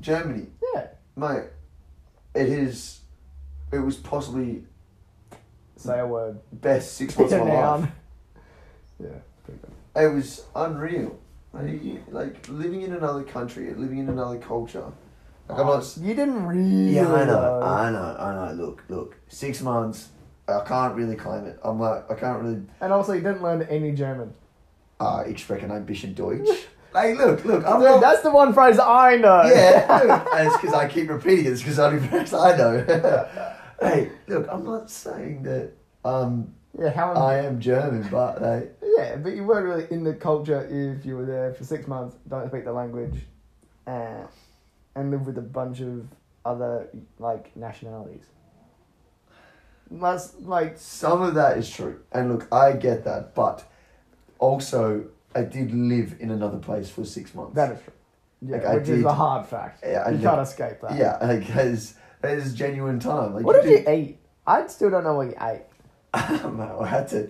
S1: Germany,
S2: Yeah.
S1: mate. It is. It was possibly
S2: Say a word.
S1: *laughs* best
S2: *laughs*
S1: six months of my life.
S2: Noun. Yeah. Pretty good.
S1: it was unreal. Like, you- like, living in another country, living in another culture. Like I'm not.
S2: You didn't really.
S1: Yeah, I know,
S2: though.
S1: I know, I know. Look, look, six months. I can't really claim it. I'm like, I can't really.
S2: and also, you didn't learn any German.
S1: Uh, ich spreche ein bisschen Deutsch. like, look, look. I'm
S2: Dude,
S1: not.
S2: that's the one phrase I *laughs* know.
S1: yeah, look, *laughs* and it's because I keep repeating it. It's because only because I know. *laughs* hey, look, I'm not saying that um,
S2: yeah. How?
S1: I am German, but like,
S2: Yeah, but you weren't really in the culture if you were there for six months, don't speak the language, uh, and live with a bunch of other like nationalities. That's like
S1: some of that is true. And look, I get that, but also, I did live in another place for six months.
S2: That is true. Yeah,
S1: Like, I
S2: which is
S1: did-
S2: a hard fact.
S1: Yeah, I
S2: you
S1: did-
S2: can't escape that.
S1: yeah, *laughs* like as as genuine time. Like
S2: What
S1: do- *laughs*
S2: did you eat? I still don't know what you ate.
S1: Um, I had to.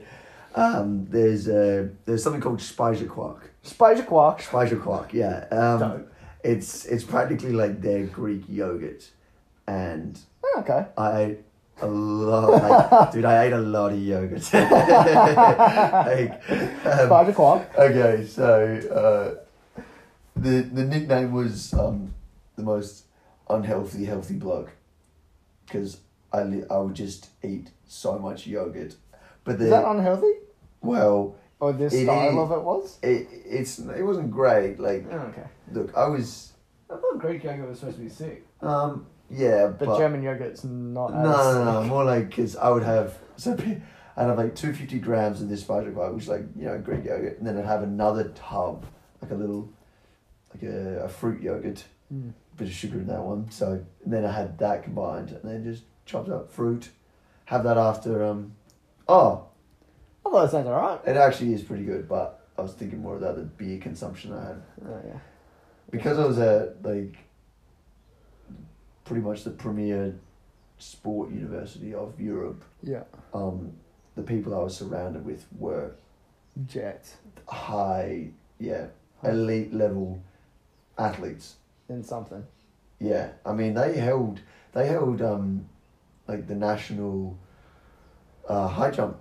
S1: Um, there's uh, there's something called Speiserquark.
S2: Spicy quark.
S1: Speiserquark, yeah. Um,
S2: Dope.
S1: it's it's practically like their Greek yogurt, and
S2: Oh, okay.
S1: I ate a lot.
S2: *laughs*
S1: Like, dude, I ate a lot of yogurt. *laughs* like, um,
S2: Spicy quark.
S1: okay, so uh, the the nickname was um, the most unhealthy healthy bloke because I li- I would just eat so much yogurt, but
S2: Is
S1: the
S2: that unhealthy?
S1: well.
S2: Or this
S1: It
S2: style
S1: is.
S2: of it was?
S1: it it's it wasn't great. Like,
S2: Oh, okay.
S1: look, I was
S4: I thought Greek yogurt was supposed to be sick.
S1: um yeah,
S2: But,
S1: but,
S2: German yogurt's not
S1: no,
S2: as...
S1: no, no, more like because I would have so pe- I'd have like two fifty grams of this spice bar, which is like you know Greek yogurt, and then I'd have another tub, like a little, like a, a fruit yogurt,
S2: Mm.
S1: bit of sugar in that one. So and then I had that combined, and then just chopped up fruit, have that after um, oh,
S2: I thought it sounds alright.
S1: it actually is pretty good, but I was thinking more about the beer consumption I had.
S2: Oh, yeah.
S1: because I was at like pretty much the premier sport university of Europe,
S2: Yeah.
S1: um, the people I was surrounded with were
S2: Jet.
S1: high, yeah, elite level athletes.
S2: In something.
S1: Yeah, I mean they held they held um, like the national uh, high jump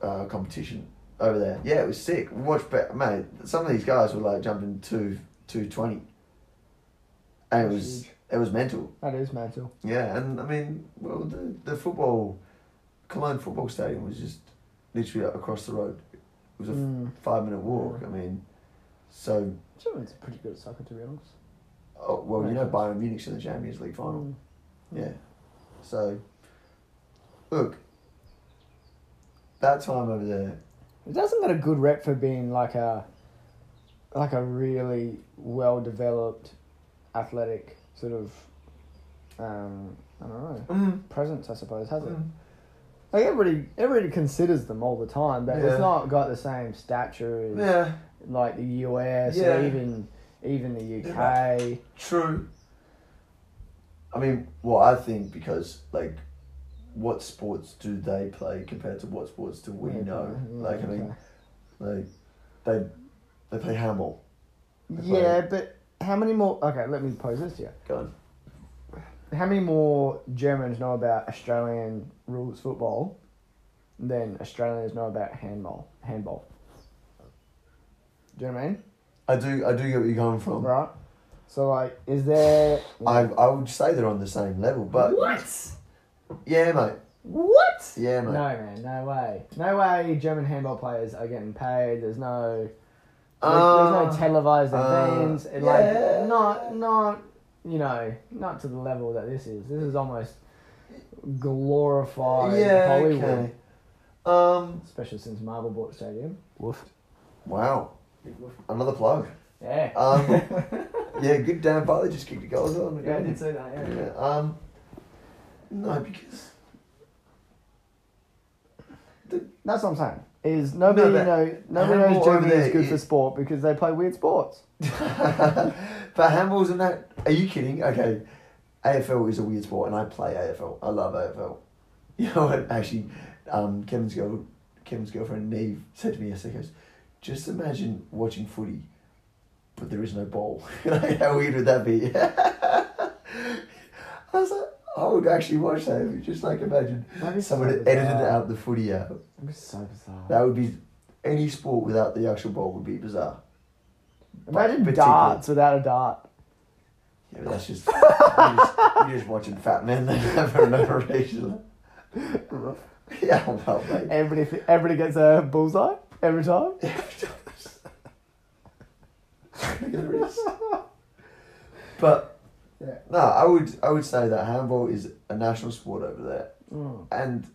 S1: uh, competition over there. Yeah, it was sick. Watch, ba- mate. Some of these guys were like jumping two two twenty, and it was
S2: Huge.
S1: it was mental.
S2: That is mental.
S1: Yeah, and I mean, well, the the football Cologne football stadium was just literally across the road. It was a
S2: Mm.
S1: five minute walk. I mean, so
S2: Germans are pretty good at soccer, to be honest.
S1: oh, well, you know,
S2: Right.
S1: Bayern Munich's in the Champions League final.
S2: Mm.
S1: Yeah. So, look, that time over there,
S2: It doesn't get a good rep for being like a like a really well developed athletic sort of um I don't know
S1: mm,
S2: presence I suppose has it like everybody everybody considers them all the time but
S1: Yeah.
S2: it's not got the same stature as
S1: yeah,
S2: like the US
S1: Yeah.
S2: or even even the UK
S1: true. I mean, well, I think because like, what sports do they play compared to what sports do we know?
S2: Yeah,
S1: Like, I mean,
S2: okay.
S1: like they they play handball. they play-
S2: yeah but how many more okay let me pose this to you
S1: Go on.
S2: how many more Germans know about Australian rules football than Australians know about handball? Handball. Do you know what I mean?
S1: I do I do get where you're coming from.
S2: Right. So like, is there?
S1: I I would say they're on the same level, but
S2: what?
S1: yeah, mate.
S2: What?
S1: Yeah,
S2: No
S1: mate.
S2: man, no way, no way. German handball players are getting paid. There's no,
S1: Uh,
S2: there's no televised
S1: uh,
S2: events. It,
S1: yeah.
S2: Like not, not, you know, not to the level that this is. This is almost glorified Hollywood.
S1: okay. Um.
S2: Especially since Marvel bought Stadium. Woof.
S1: Wow.
S4: Big woof.
S1: Another plug.
S2: Yeah. *laughs*
S1: Um, yeah, good Dan Butler just kicked a goal as well. on the
S4: Yeah, I
S1: goal.
S4: did say that, yeah.
S1: Yeah, um, no, because
S2: That's what I'm saying. Is nobody
S1: No, that-
S2: know nobody
S1: handball
S2: knows
S1: over
S2: Germany is
S1: there
S2: good
S1: is-
S2: for sport because they play weird sports.
S1: *laughs* but handballs and that. Are you kidding? Okay, AFL is a weird sport, and I play AFL. I love AFL. *laughs* You know what? Actually, um, Kevin's girl, Kevin's girlfriend Neve said to me yesterday, goes, "Just imagine watching footy, but there is no ball. *laughs* like, how weird would that be?" *laughs* I was like, I would actually watch that. If you just like imagine
S2: That'd be so
S1: someone had edited
S2: bizarre.
S1: out the footy out.
S2: It's so bizarre.
S1: That would be any sport without the actual ball would be bizarre.
S2: Imagine
S1: Particularly-
S2: darts without a dart.
S1: Yeah, but that's just *laughs* you're, just you're just watching fat men that *laughs* have an operation. *laughs* Yeah, well, mate.
S2: Everybody everybody gets a bullseye every time.
S1: Look at the wrist. But
S2: Yeah.
S1: no, I would I would say that handball is a national sport over there.
S2: Mm.
S1: And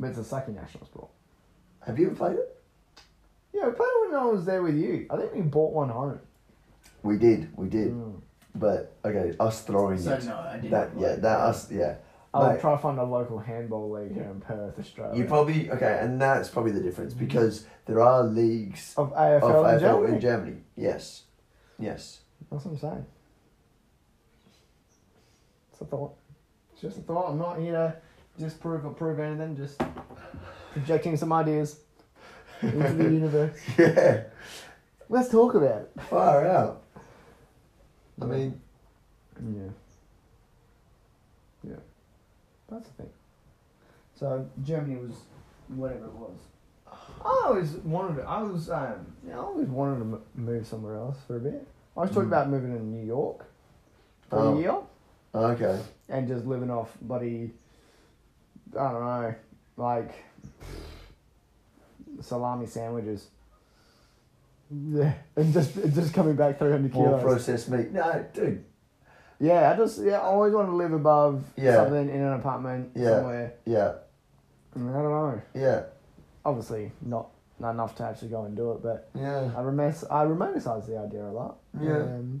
S2: But it's a sucky national sport.
S1: have you ever played it?
S2: Yeah, we played it when I was there with you. I think we bought one home.
S1: We did, we did.
S2: Mm.
S1: But okay, us throwing
S4: So
S1: it.
S4: no, I didn't.
S1: That yeah, that us yeah.
S2: I'll
S1: Mate.
S2: try to find a local handball league here in Perth, Australia.
S1: You probably okay, and that's probably the difference because there are leagues
S2: of AFL,
S1: of
S2: and
S1: AFL
S2: Germany.
S1: in Germany. Yes, yes. *laughs*
S2: That's what I'm saying. It's a thought. It's just a thought. I'm not here to disprove or prove anything. Just projecting some ideas into
S1: *laughs*
S2: the universe.
S1: Yeah,
S2: Let's talk about it.
S1: far out. I mean,
S2: Yeah. Yeah. That's the thing. So Germany was whatever it was. I always wanted. To, I was. Um, I always wanted to m- move somewhere else for a bit. I was talking
S1: Mm.
S2: about moving to New York for
S1: Oh.
S2: a year.
S1: okay.
S2: and just living off bloody I don't know, like salami sandwiches. *laughs* Yeah, and just and just coming back three hundred
S1: More
S2: kilos.
S1: processed meat. No, dude.
S2: yeah, I just yeah, I always want to live above
S1: Yeah.
S2: something in an apartment
S1: Yeah.
S2: somewhere.
S1: Yeah,
S2: And I don't know.
S1: yeah,
S2: Obviously, not not enough to actually go and do it, but
S1: yeah.
S2: I romance I romanticize the idea a lot.
S1: Yeah.
S2: Um,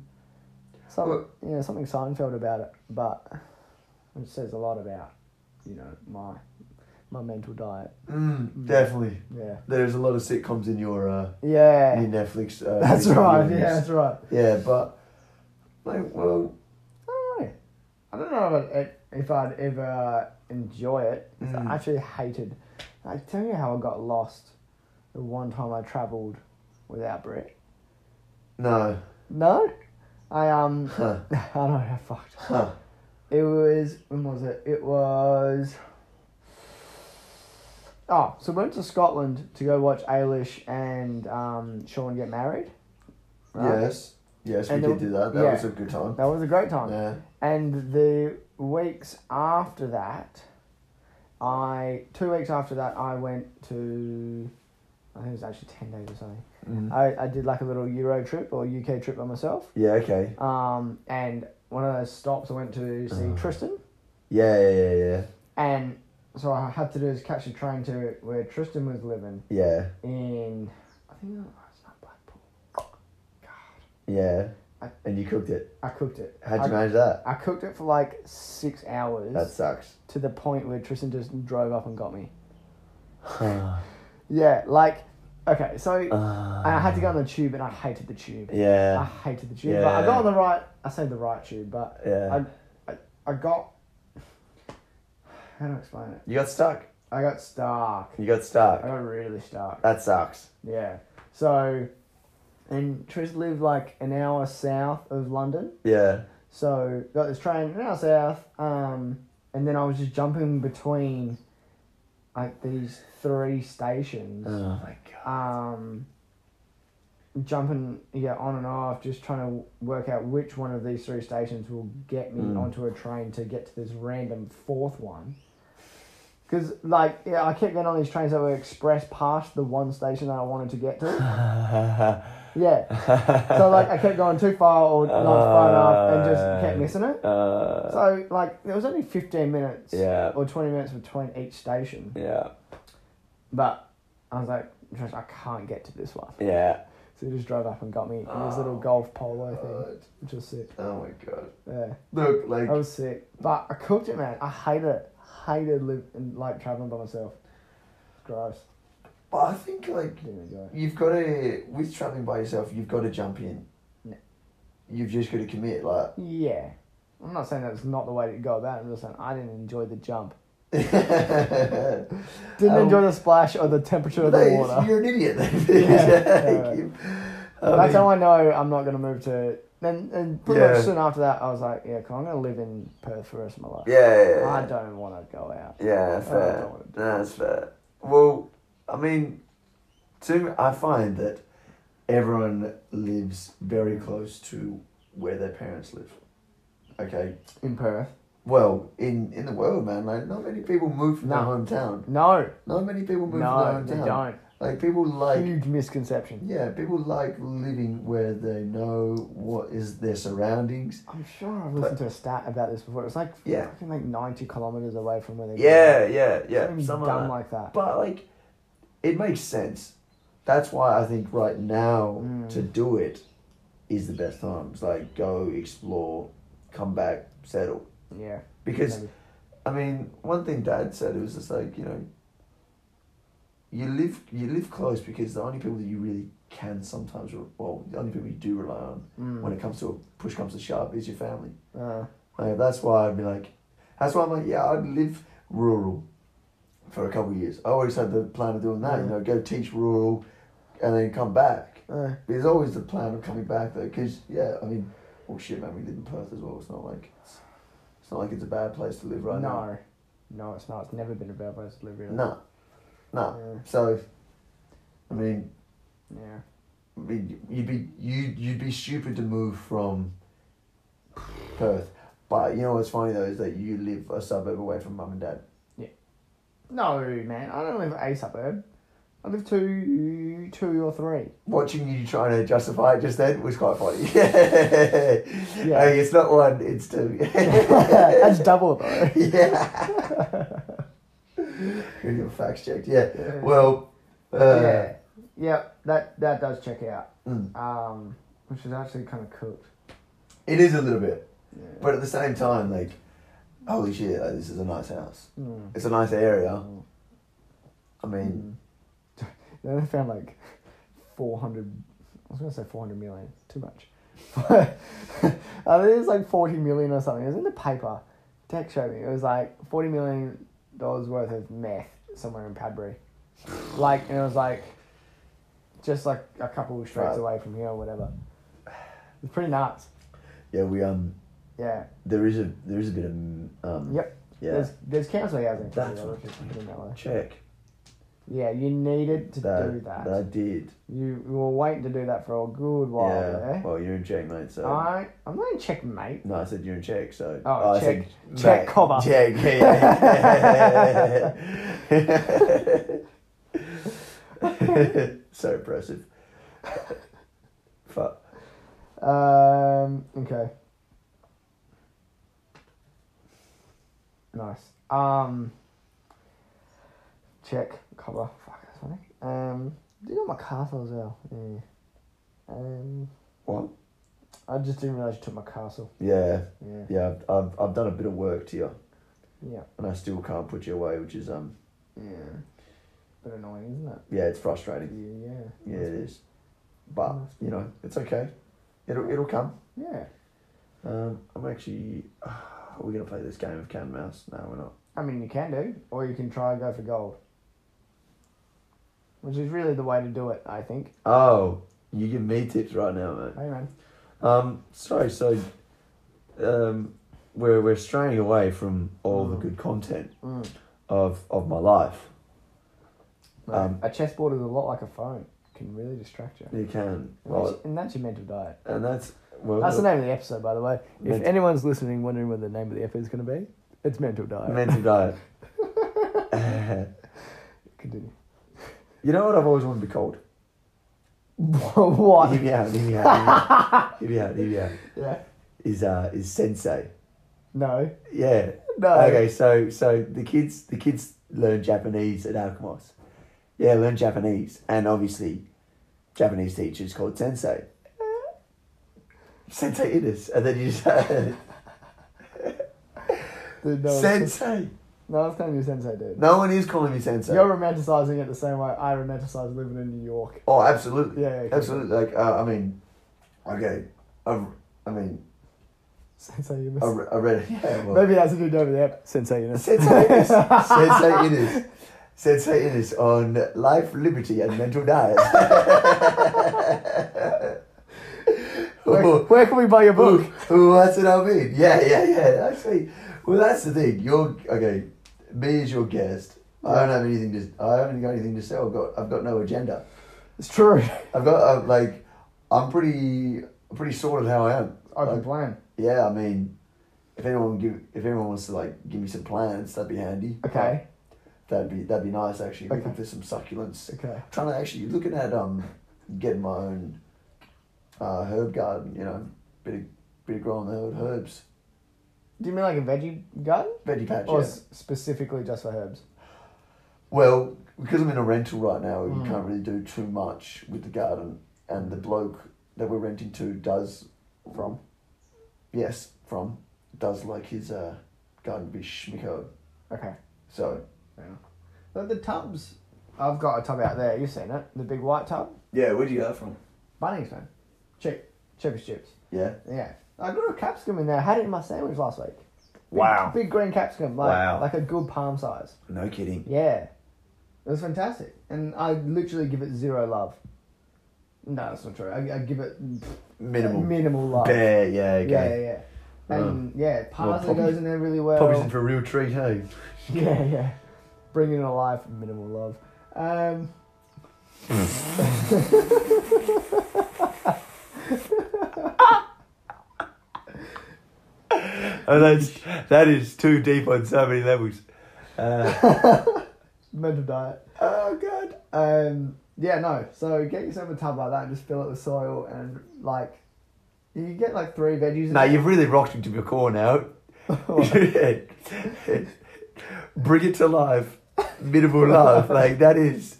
S2: some,
S1: Well-
S2: yeah, something Seinfeld about it, but it says a lot about, you know, my my mental diet.
S1: Mm, definitely.
S2: Yeah.
S1: There's a lot of sitcoms in your uh,
S2: Yeah.
S1: your Netflix. Uh,
S2: *laughs* that's
S1: list of
S2: right.
S1: yours.
S2: Yeah, that's right.
S1: Yeah, but mate, well,
S2: I don't know. Oh, I don't know if I'd, eh, if I'd ever enjoy it. 'cause
S1: Mm.
S2: I actually hated. I tell you how I got lost. The one time I travelled without Brett.
S1: no.
S2: No, I um.
S1: Huh.
S2: *laughs* I don't know. I fucked.
S1: Huh.
S2: It was when was it? It was. Oh, so we went to Scotland to go watch Eilish and um, Sean get married. right?
S1: Yes, yes,
S2: And
S1: we did
S2: the-
S1: do that. That
S2: yeah.
S1: was a good time.
S2: That was a great time.
S1: Yeah.
S2: And the weeks after that, I two weeks after that I went to, I think it was actually ten days or something.
S1: Mm.
S2: I, I did like a little Euro trip or UK trip by myself.
S1: Yeah. Okay.
S2: Um, and one of those stops I went to see
S1: Oh.
S2: Tristan,
S1: Yeah. Yeah. Yeah. Yeah.
S2: and so I had to do is catch a train to where Tristan was living
S1: Yeah.
S2: in. I think oh, it's not Blackpool.
S1: Yeah.
S2: I-
S1: and you cooked it.
S2: I cooked it.
S1: How'd you
S2: I,
S1: manage that?
S2: I cooked it for like six hours
S1: That
S2: *sighs*
S1: sucks.
S2: to the point where Tristan just drove up and got me. Yeah, like okay, so Uh, I had to go on the tube and I hated the tube. I
S1: Yeah.
S2: hated the tube. But I got
S1: Yeah.
S2: on the right. I say the right tube, but
S1: Yeah.
S2: I, I I got. How do I explain it?
S1: you got stuck.
S2: I got stuck.
S1: You got
S2: I
S1: stuck.
S2: got really stuck.
S1: That sucks.
S2: Yeah. So, and Tris lived like an hour south of London.
S1: Yeah.
S2: So got this train an hour south, um, and then I was just jumping between like these three stations.
S1: Oh my god.
S2: um, jumping yeah on and off, just trying to work out which one of these three stations will get me
S1: Mm.
S2: onto a train to get to this random fourth one. Because like yeah, I kept getting on these trains that were express past the one station that I wanted to get to.
S1: *laughs*
S2: Yeah, so like I kept going too far or not far enough, and just kept missing it.
S1: Uh,
S2: So like there was only fifteen minutes
S1: yeah.
S2: or twenty minutes between each station,
S1: Yeah.
S2: but I was like, "Trish, I can't get to this one.
S1: Yeah.
S2: So he just drove up and got me in his
S1: Ah,
S2: little golf polo thing, which was sick.
S1: Oh my god.
S2: Yeah,
S1: Look, like
S2: that was sick. But I cooked it, man. I hated it. Hated live and like traveling by myself. It's gross.
S1: but I think like
S2: Didn't enjoy it.
S1: you've got to with traveling by yourself, you've got to jump in.
S2: No.
S1: You've just got to commit, like *laughs*
S2: Yeah, I'm not saying that's not the way to go about it. I'm just saying I didn't enjoy the jump. Didn't
S1: Um,
S2: enjoy the splash or the temperature of the
S1: Mate,
S2: water.
S1: You're an idiot. *laughs* Then.
S2: Yeah.
S1: You- I
S2: That's
S1: mean,
S2: how I know I'm not going to move to. And and pretty
S1: Yeah.
S2: much soon after that, I was like, yeah, cool, I'm going to live in Perth for the rest of my life.
S1: yeah, yeah, yeah.
S2: I don't want to go out.
S1: Yeah,
S2: I
S1: fair.
S2: don't wanna do
S1: No, that's fair. Well, I mean, to I find that everyone lives very close to where their parents live. Okay.
S2: In Perth?
S1: Well, in, in the world, man, like not many people move from their
S2: No.
S1: hometown.
S2: No,
S1: Not many people move
S2: no,
S1: from
S2: they
S1: their hometown.
S2: don't.
S1: Like people like
S2: Huge misconception.
S1: yeah, people like living where they know what is their surroundings.
S2: I'm sure I've listened to a stat about this before. It's like
S1: Yeah.
S2: fucking like 90 kilometers away from where they
S1: Yeah, yeah, yeah.
S2: Something
S1: something
S2: dumb
S1: like
S2: like that.
S1: that. But like, it makes sense. That's why I think right now
S2: Mm.
S1: to do it is the best time. It's like go explore, come back, settle.
S2: yeah.
S1: Because
S2: maybe.
S1: I mean, one thing Dad said it was just like you know. You live you live close because the only people that you really can sometimes re- well the only people you do rely on
S2: Mm.
S1: when it comes to push comes to shove is your family.
S2: Uh,
S1: Like, that's why I'd be like, that's why I'm like, yeah, I'd live rural for a couple of years. I always had the plan of doing that, you
S2: Yeah.
S1: know, go teach rural and then come back.
S2: uh,
S1: There's always the plan of coming back though, because yeah, I mean, oh shit, man, we live in Perth as well. It's not like it's, it's not like it's a bad place to live right
S2: no.
S1: now.
S2: No, it's not. It's never been a bad place to live, really.
S1: No, no.
S2: Yeah.
S1: So, I mean,
S2: Yeah.
S1: I mean, you'd be you you'd be stupid to move from Perth. But you know what's funny though is that you live a suburb away from mum and dad.
S2: No, man. I don't live a suburb. I live two, two or
S1: *laughs*
S2: three.
S1: Watching you trying to justify it just then was quite funny. *laughs* Oh, yeah. Hey, it's not one, it's two. *laughs*
S2: *laughs* That's double though. *laughs*
S1: yeah. Good your facts checked. Yeah.
S2: Yeah.
S1: Well, uh,
S2: yeah. Yeah. That that does check out.
S1: Mm.
S2: Um, which is actually kind of cooked.
S1: it is a little bit,
S2: Yeah.
S1: but at the same time, like, holy shit, like, this is a nice house.
S2: Mm.
S1: It's a nice area.
S2: Mm.
S1: I mean,
S2: Then I found like 400, I was going to say 400 million, too much. *laughs* I think it's like 40 million or something. It was in the paper. Tech showed me. It was like 40 million dollars worth of meth somewhere in Padbury. Like, and it was like, just like a couple of streets
S1: Right.
S2: away from here or whatever. It's pretty nuts.
S1: yeah, we um,
S2: Yeah.
S1: there is a there is a bit of um,
S2: Yep.
S1: yeah,
S2: There's, there's council housing. for
S1: That's
S2: the
S1: what
S2: others in that way.
S1: check
S2: Yeah, you needed to
S1: that
S2: do that.
S1: that I did.
S2: You were waiting to do that for a good while
S1: yeah,
S2: there.
S1: well, you're in check, mate. So
S2: I I'm not in checkmate.
S1: No, I said you're in check, so.
S2: Oh,
S1: I
S2: check-
S1: said,
S2: check
S1: mate,
S2: cover.
S1: Check, yeah, yeah. *laughs* so impressive. Fuck.
S2: Um. Okay. Nice. Um. Check cover. Fuck that's funny. Um. Do you know my castle as well? Yeah. Um.
S1: What?
S2: I just didn't realize you took my castle.
S1: Yeah,
S2: Yeah.
S1: yeah, I've, I've, I've done a bit of work to you,
S2: Yeah.
S1: and I still can't put you away, which is, um,
S2: Yeah. Bit annoying, isn't it?
S1: yeah, it's frustrating.
S2: Yeah. Yeah.
S1: Yeah, it is. But, you know, it's okay. It'll, it'll come.
S2: Yeah.
S1: Um, I'm actually. *sighs* are we going to play this game of Can Mouse? No, we're not.
S2: I mean, you can do, or you can try and go for gold, which is really the way to do it. I think.
S1: Oh, you give me tips right now, mate.
S2: Hey man.
S1: Um, sorry, so um, we're we're straying away from all the
S2: Mm.
S1: good content
S2: Mm.
S1: of of my life.
S2: Mate,
S1: Um,
S2: a chessboard is a lot like a phone. Can really distract you.
S1: You can
S2: And that's-
S1: well,
S2: and that's your mental diet.
S1: and that's well,
S2: That's the name of the episode, by the way. If
S1: Mental-
S2: anyone's listening, wondering what the name of the episode is going to be, it's mental diet.
S1: *laughs* mental diet.
S2: *laughs* Continue.
S1: you know what I've always wanted to be called?
S2: what?
S1: Hear me out, hear me out, hear me out, hear me out.
S2: Yeah.
S1: Is uh is sensei?
S2: No.
S1: Yeah.
S2: No.
S1: Okay, so so the kids the kids learn Japanese at Alchemos. Yeah, learn Japanese, and obviously, Japanese teachers called sensei. Sensei it is, and then you *laughs* say
S2: Dude, no, one's,
S1: sensei.
S2: no one's calling you sensei, dude.
S1: No one is calling me sensei.
S2: You're romanticising it the same way I romanticise living in New York.
S1: oh, absolutely,
S2: Yeah, yeah, okay.
S1: absolutely. Like uh, I mean, okay, I, I mean,
S2: Sensei Unis.
S1: I, re- I read. *laughs* Yeah, well,
S2: Maybe that's a new name of the app. Sensei Unis.
S1: Sensei Innis. Sensei Innis. Sensei Innis on life, liberty, and mental diet. *laughs*
S2: where, where can we buy your book?
S1: What's it I mean? Yeah, yeah, yeah. Actually, well, that's the thing. You're okay. Me as your guest, I don't have anything to. I haven't got anything to say. I've got. I've got no agenda.
S2: It's true.
S1: I've got uh, like. I'm pretty. Pretty sorted how I am.
S2: *laughs* Open
S1: Like,
S2: plan.
S1: yeah, I mean, if anyone give, if anyone wants to like give me some plans, that'd be handy.
S2: Okay.
S1: That'd be that'd be nice actually.
S2: Okay.
S1: Looking for some succulents.
S2: Okay.
S1: Trying to actually looking at um getting my own uh, herb garden. You know, bit of bit of growing my own herbs.
S2: Do you mean like a veggie garden?
S1: Veggie patch.
S2: Or
S1: yeah.
S2: s- specifically just for herbs?
S1: Well, because I'm in a rental right now,
S2: Mm.
S1: you can't really do too much with the garden. And the bloke that we're renting to does
S2: From?
S1: yes from does like his uh going to be schmicko.
S2: Okay.
S1: So
S2: But the tubs, I've got a tub out there. You've seen it, the big white tub,
S3: Yeah, where'd you get that from?
S2: Bunningstone, cheap, cheapest chips.
S3: Yeah.
S2: Yeah, I got a capsicum in there. I had it in my sandwich last week. Big-
S3: Wow.
S2: big green capsicum, like
S3: Wow.
S2: like a good palm size.
S3: No kidding.
S2: Yeah, it was fantastic, and I literally give it zero love. No, that's not true. I, I give it
S1: minimal.
S2: minimal love.
S1: Bare, yeah, okay. Um,
S2: Yeah, yeah, yeah. And yeah,
S1: Well,
S2: parsley
S1: probably-
S2: goes in there really well. *laughs*
S1: Poppy's in for a real treat, hey?
S2: Yeah, yeah. Bringing it alive, minimal love. Um,
S1: Oh, that's that is too deep on so many levels. Uh,
S2: mental diet.
S1: Oh god.
S2: Um, yeah, no. So get yourself a tub like that and just fill it with soil and like, you get like three veggies. in
S1: No,
S2: it.
S1: you've really rocked him to your core now. *laughs* Bring it to life, minimal love. Like that is.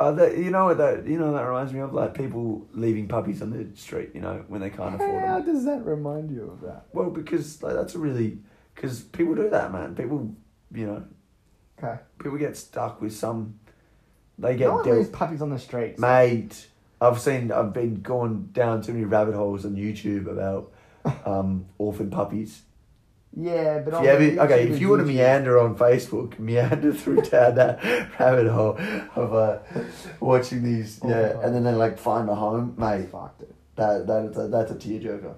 S1: Uh, that, you know what that you know what that reminds me of like people leaving puppies on the street. You know when they can't afford
S2: How
S1: them.
S2: does that remind you of that?
S1: Well, because like that's a really because people do that, man. People, you know,
S2: Okay.
S1: people get stuck with some. They get
S2: no one
S1: dealt-
S2: leaves puppies on the streets.
S1: Mate, I've seen, I've been going down too many rabbit holes on YouTube about um, *laughs* orphan puppies.
S2: Yeah, but
S1: If
S2: on
S1: you
S2: the
S1: ever, okay,
S2: YouTube
S1: if you want to
S2: videos-
S1: meander on Facebook, *laughs* meander through down that *laughs* rabbit hole of uh, watching these,
S2: Oh
S1: yeah, and then they like find a home, mate.
S2: Fucked it.
S1: That, that, that that's a tearjerker.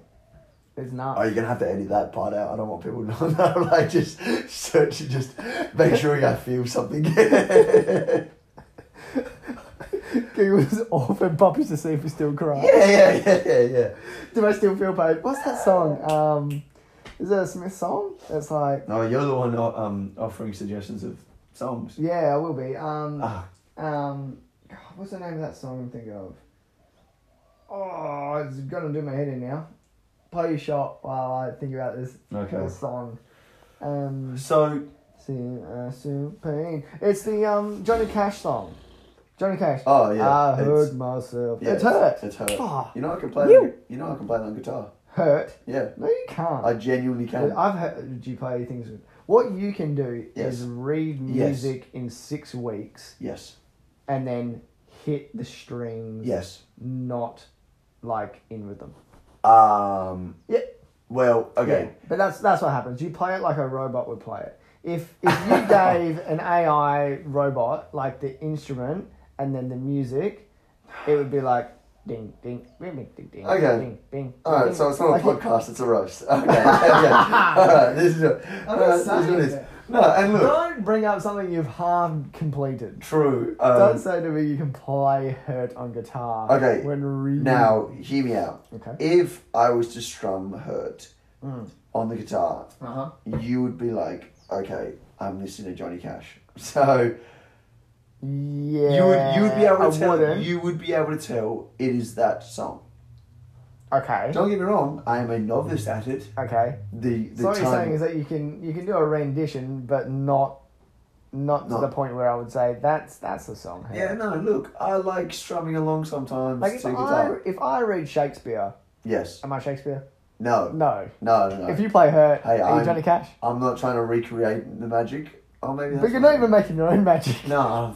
S2: It's not.
S1: Oh, you're gonna have to edit that part out. I don't want people to know *laughs* that. Like, just search, and just make sure I feel something.
S2: *laughs*
S1: *laughs*
S2: Google's *laughs* orphan puppies to see if we still cry.
S1: Yeah, yeah, yeah, yeah, yeah.
S2: Do I still feel pain? What's that song? Um, is that a Smith song? It's like,
S1: No, you're the one uh, um, offering suggestions of songs.
S2: yeah, I will be. Um,
S1: Ah.
S2: um, God, what's the name of that song I'm thinking of? Oh, it's gonna do my head in now. Play your shot while I think about this
S1: Okay.
S2: little song. Um,
S1: So
S2: soon, uh, soon pain. It's the um Johnny Cash song. Johnny Cash.
S1: Oh yeah.
S2: I
S1: it's-
S2: heard myself.
S1: yeah,
S2: it's hurt.
S1: It's hurt.
S2: Ah.
S1: You know I can play
S2: You-
S1: on, you know I can play it on guitar.
S2: Hurt.
S1: Yeah.
S2: No, you can't.
S1: I genuinely can.
S2: I've heard you play things. With, what you can do
S1: Yes.
S2: is read
S1: Yes.
S2: music in six weeks
S1: yes.
S2: and then hit the strings.
S1: Yes.
S2: Not like in rhythm.
S1: Um
S2: Yeah.
S1: well, okay.
S2: Yeah, But that's that's what happens. You play it like a robot would play it. If
S1: *laughs*
S2: if you gave an AI robot like the instrument and then the music, it would be like ding ding ding ding ding ding.
S1: Okay.
S2: Ding, ding,
S1: Alright,
S2: ding,
S1: so it's not a
S2: Like it-
S1: podcast, it's a roast. Okay. *laughs* okay. Alright, this
S2: *laughs*
S1: is a,
S2: I'm
S1: uh,
S2: not
S1: this is what
S2: saying
S1: it is.
S2: that.
S1: No, and look.
S2: Don't bring up something you've half completed.
S1: True.
S2: Don't
S1: Um,
S2: say to me you can play hurt on guitar.
S1: Okay,
S2: When reading.
S1: now hear me out.
S2: Okay. Mm.
S1: If I was to strum hurt on the guitar,
S2: Uh huh.
S1: you would be like, Okay, I'm listening to Johnny Cash. *laughs* So
S2: Yeah.
S1: You would you would be able to
S2: I
S1: tell
S2: wouldn't.
S1: you would be able to tell it is that song.
S2: Okay.
S1: Don't get me wrong, I am a novice at it.
S2: Okay.
S1: The the
S2: so what you're saying
S1: time
S2: is that you can you can do a rendition, but not not
S1: No.
S2: to the point where I would say that's that's the song. Hurt.
S1: Yeah, no, look, I like strumming along sometimes
S2: Like if
S1: to
S2: I
S1: guitar.
S2: if I read Shakespeare,
S1: Yes.
S2: am I Shakespeare?
S1: No.
S2: No.
S1: No, no, no.
S2: If you play hurt,
S1: Hey,
S2: are you
S1: I'm-
S2: Johnny Cash?
S1: I'm not trying to recreate the magic. Oh maybe that's
S2: But you're
S1: what
S2: not even making your own magic. *laughs*
S1: No. I'm-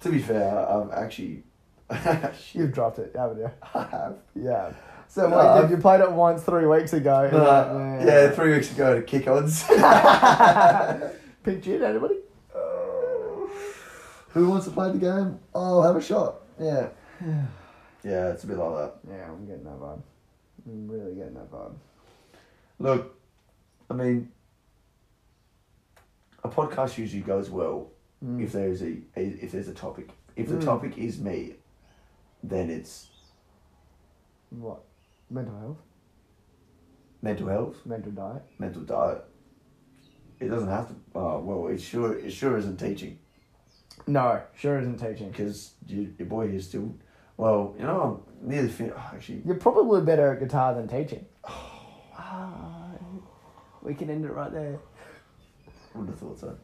S1: to be fair, I've actually *laughs*
S2: You've dropped it, haven't you?
S1: I have.
S2: Yeah. So
S1: No,
S2: what,
S1: I've-
S2: if you played it once three weeks ago, and you're like,
S1: Uh,
S2: "Nah."
S1: yeah, three weeks ago to kick *laughs* ons.
S2: Pink gin, anybody?
S1: Who wants to play the game? I'll have a shot. Yeah. yeah, it's a bit like that.
S2: Yeah, I'm getting that vibe. I'm really getting that vibe.
S1: Look, I mean, a podcast usually goes well if there is a if there's a topic. If the
S2: Mm.
S1: topic is me, then it's
S2: What? Mental health?
S1: mental health,
S2: Mental diet?
S1: mental diet. It doesn't have to. Oh well, it sure it sure isn't teaching
S2: No, sure isn't teaching.
S1: because you, your boy is still. Well, you know, I'm near the fin- oh, actually.
S2: You're probably better at guitar than teaching. Ah, we can end it right there.
S1: Wouldn't have thought so.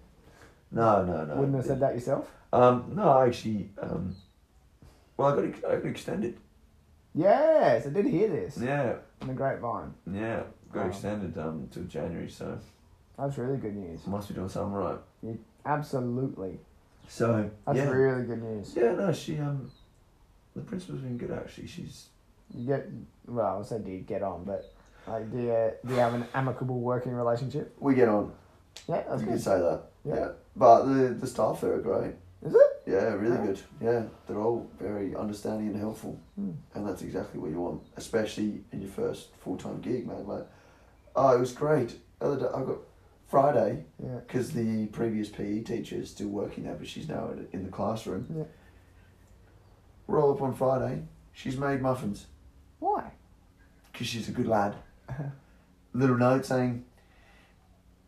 S1: No, no, no.
S2: Wouldn't have said that yourself.
S1: Um, no, I actually. Um, well, I got ex- I got extended.
S2: Yes, I did hear this.
S1: Yeah,
S2: in the grapevine.
S3: Yeah, got
S2: Um,
S3: extended um till January, so
S2: That's really good news.
S3: must be doing something right.
S2: Absolutely.
S3: So
S2: That's
S3: yeah,
S2: really good news.
S3: yeah, no, she um, the principal's been good actually. She's
S2: You get well, I would say do you get on, but like do you, do you have an amicable working relationship?
S1: We get on.
S2: Yeah, that's
S1: you can
S2: good.
S1: say that.
S2: Yeah.
S1: Yeah. But the the staff there are great.
S2: Is it?
S1: Yeah, really
S2: Yeah.
S1: good. Yeah, they're all very understanding and helpful,
S2: Hmm.
S1: and that's exactly what you want, especially in your first full time gig, man. Like, oh, it was great. Other day, I got Friday
S2: Yeah.
S1: because the previous PE teacher is still working there, but she's now in- in the classroom.
S2: Yeah.
S1: Roll up on Friday. She's made muffins
S2: Why?
S1: because she's a good lad. Little note saying,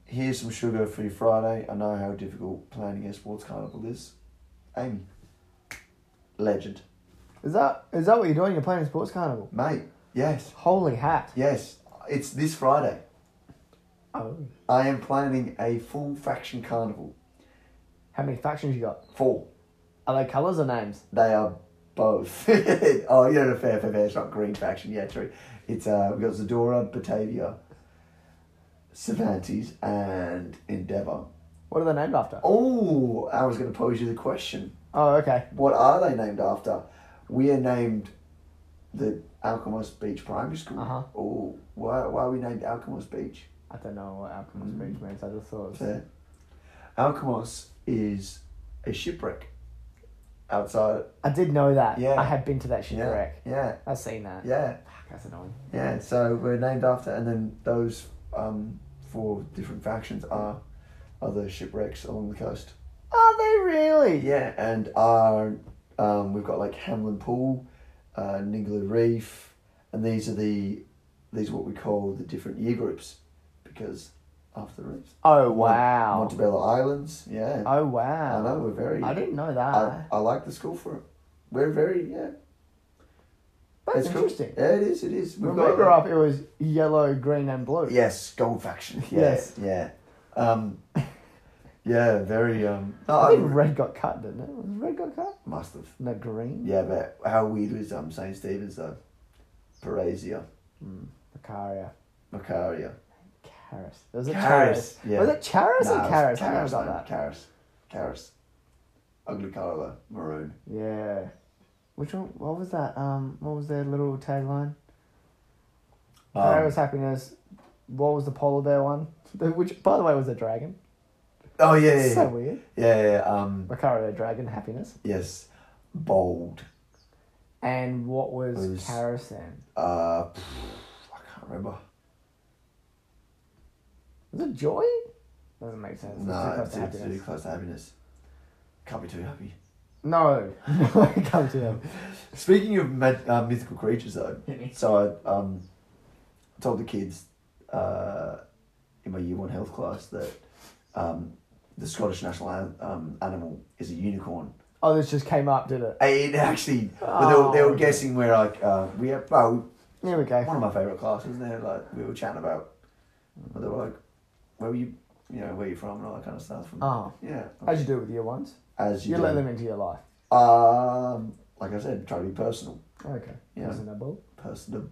S1: "Here's some sugar for your Friday. I know how difficult planning a sports carnival is." Amy, legend,
S2: Is that is that what you're doing? You're playing a sports carnival.
S1: mate. Yes,
S2: Holy hat.
S1: yes. It's this Friday.
S2: Oh.
S1: I am planning a full faction carnival.
S2: How many factions you got?
S1: Full.
S2: Are they colours or names?
S1: They are both. *laughs* oh, yeah, no, fair, fair, fair. It's not green faction. Yeah, true. It's uh, we've got Zadora, Batavia, Cervantes, and Endeavour.
S2: What are they named after?
S1: Oh, I was going to pose you the question.
S2: Oh, okay.
S1: What are they named after? We are named the Alchemist Beach Primary School.
S2: Uh-huh.
S1: Oh, why, why are we named Alchemist Beach?
S2: I don't know what Alchemist Beach means. I just thought it was
S1: There. Alchemos is a shipwreck outside.
S2: I did know that.
S1: Yeah.
S2: I had been to that shipwreck.
S1: Yeah,
S2: I've seen that.
S1: yeah,
S2: Fuck, that's annoying.
S1: yeah. So we're named after, and then those um, four different factions are other shipwrecks along the coast.
S2: Are they really?
S1: Yeah, and our um, we've got like Hamlin Pool, uh, Ningaloo Reef, and these are the these are what we call the different year groups because after the reefs.
S2: Oh wow.
S1: Montebello Islands. Yeah,
S2: Oh
S1: I,
S2: wow.
S1: know we're very.
S2: I didn't know that.
S1: I, I like the school for it. We're very yeah.
S2: That's
S1: it's cool.
S2: interesting.
S1: Yeah, it is. It is.
S2: When we grew up, it was yellow, green, and blue.
S1: Yes, gold faction. *laughs* Yeah,
S2: Yes.
S1: Yeah. Um, *laughs* yeah, very. Um, no,
S2: I think
S1: I-
S2: red got cut, didn't it? Was red got cut?
S1: must have.
S2: No, green.
S1: Yeah, but how weird was um St. Stephen's though? Parasia,
S2: Macaria.
S1: Macaria.
S2: Charis. Was it Charis?
S1: Charis, yeah.
S2: Was it Charis
S1: Nah,
S2: or
S1: it was
S2: Charis? I never
S1: Caris,
S2: got
S1: man,
S2: that.
S1: Caris. Caris. Ugly colour though, maroon.
S2: Yeah. Which one? What was that? Um, what was their little tagline?
S1: Um,
S2: Charis happiness. What was the polar bear one? *laughs* The- Which, by the way, was a dragon.
S1: Oh yeah, yeah,
S2: So
S1: yeah.
S2: weird.
S1: yeah, yeah, Um,
S2: Macaria, dragon, happiness.
S1: yes, bold.
S2: And what was,
S1: It was-
S2: Charis then?
S1: Uh, pff, I can't remember.
S2: Was it joy? Doesn't make sense. It's too
S1: no,
S2: close
S1: it's
S2: to
S1: it's
S2: happiness.
S1: too close to happiness. Can't be too happy.
S2: No, *laughs* come to them.
S1: Speaking of myth- uh, mythical creatures, though, so I um, told the kids uh, in my year one health class that um, the Scottish national an- um, animal is a unicorn.
S2: Oh, this just came up, did it?
S1: It actually, but they, were, they
S2: Oh.
S1: were guessing where like uh, we had. Well,
S2: Here we
S1: one
S2: go.
S1: of my favourite classes. There, like we were chatting about. But they were like, "Where were you? You know, where you from and all that kind of stuff." And,
S2: Oh,
S1: yeah,
S2: as you do with your ones,
S1: as
S2: you,
S1: you,
S2: let
S1: do.
S2: them into your life.
S1: Um, like I said, try to be personal.
S2: Okay.
S1: Yeah.
S2: Reasonable.
S1: personable.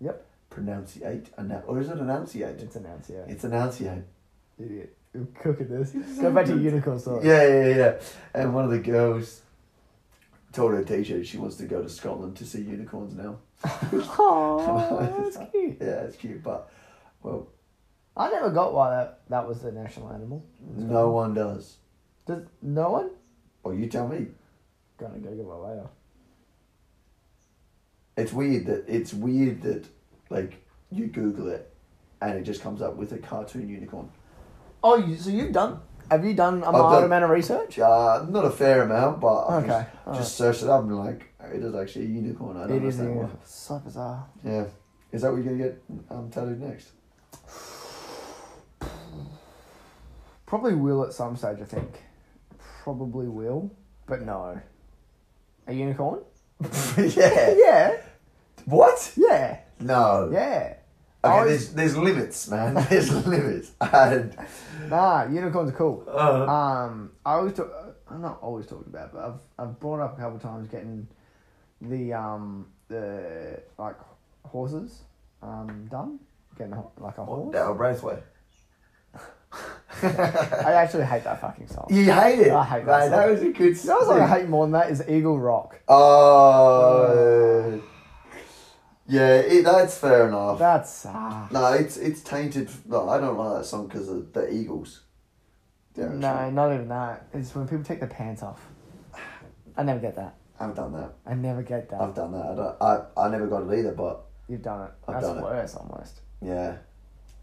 S2: Yep.
S1: Pronunciate, annou- or is it enunciate?
S2: It's an ounce, yeah.
S1: It's enunciate.
S2: Idiot. You're cooking this. Go back to your unicorn story.
S1: Yeah, yeah, yeah, yeah. And one of the girls told her teacher she wants to go to Scotland to see unicorns now.
S2: *laughs*
S1: *laughs*
S2: Aw, Oh, that's cute.
S1: Yeah, it's cute, but well,
S2: I never got why that, that was the national animal.
S1: no one does.
S2: Does no one?
S1: Well, you tell me.
S2: Gonna Google it later.
S1: It's weird that it's weird that like you Google it, and it just comes up with a cartoon unicorn.
S2: Oh, you, so you've done? Have you done a
S1: I've
S2: mild
S1: done-
S2: amount of research?
S1: Uh, not a fair amount, but I
S2: Okay,
S1: just,
S2: alright.
S1: just searched it up and like it is actually a unicorn. I don't
S2: It is
S1: understand why.
S2: a- so bizarre.
S1: Yeah. Is that what you're going to get um, tattooed next?
S2: *laughs* Probably will at some stage, I think. Probably will, but no. A unicorn?
S1: yeah.
S2: Yeah,
S1: What?
S2: yeah,
S1: No.
S2: yeah.
S1: Okay,
S2: Oh,
S1: there's, there's limits, man. *laughs* There's limits. And,
S2: Nah, unicorns are cool.
S1: uh,
S2: Um, I always talk, I'm not always talked about, but I've I've brought up a couple of times getting the um the like horses um, done, getting a, like a horse.
S1: Now, Braithwaite.
S2: I actually hate that fucking song.
S1: You hate it.
S2: I hate that
S1: Mate,
S2: song.
S1: was a good
S2: You know what song I
S1: song.
S2: hate more than that is Eagle Rock. *sighs*
S1: Oh. Yeah, it, that's fair enough.
S2: That's ah.
S1: no, it's it's tainted. No, I don't like that song because of the Eagles. Yeah,
S2: No, not even that. It's when people take their pants off. I never get that.
S1: I've done that.
S2: I never get that.
S1: I've done that. I, don't, I I never got it either, but
S2: You've done it.
S1: I've
S2: That's
S1: done it.
S2: worse almost.
S1: yeah,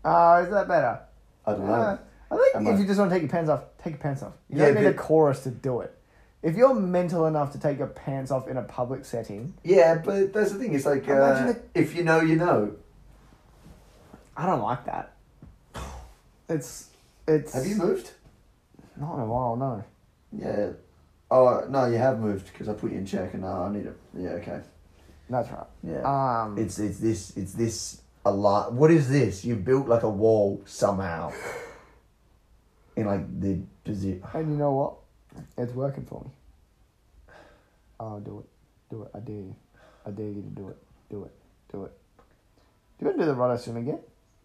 S2: Oh, is that better?
S1: I don't know.
S2: Uh, I think
S1: Am
S2: if
S1: I-
S2: you just want to take your pants off, take your pants off. You
S1: Yeah,
S2: don't need a
S1: but-
S2: chorus to do it. If you're mental enough to take your pants off in a public setting,
S1: yeah, but that's the thing. It's like
S2: Imagine
S1: uh, if you know, you know.
S2: I don't like that. It's it's
S1: Have you moved?
S2: not in a while, no.
S1: Yeah. Oh no, you have moved because I put you in check, and uh, I need it. Yeah, okay.
S2: That's right.
S1: Yeah.
S2: Um
S3: It's it's this it's this a lot. What is this? You built like a wall
S1: *sighs*
S3: somehow. In like the position.
S2: and you know what? It's working for me. Oh do it. Do it. I dare you. I dare you to do it. Do it. Do it. Do you want to do the Rodo swim again?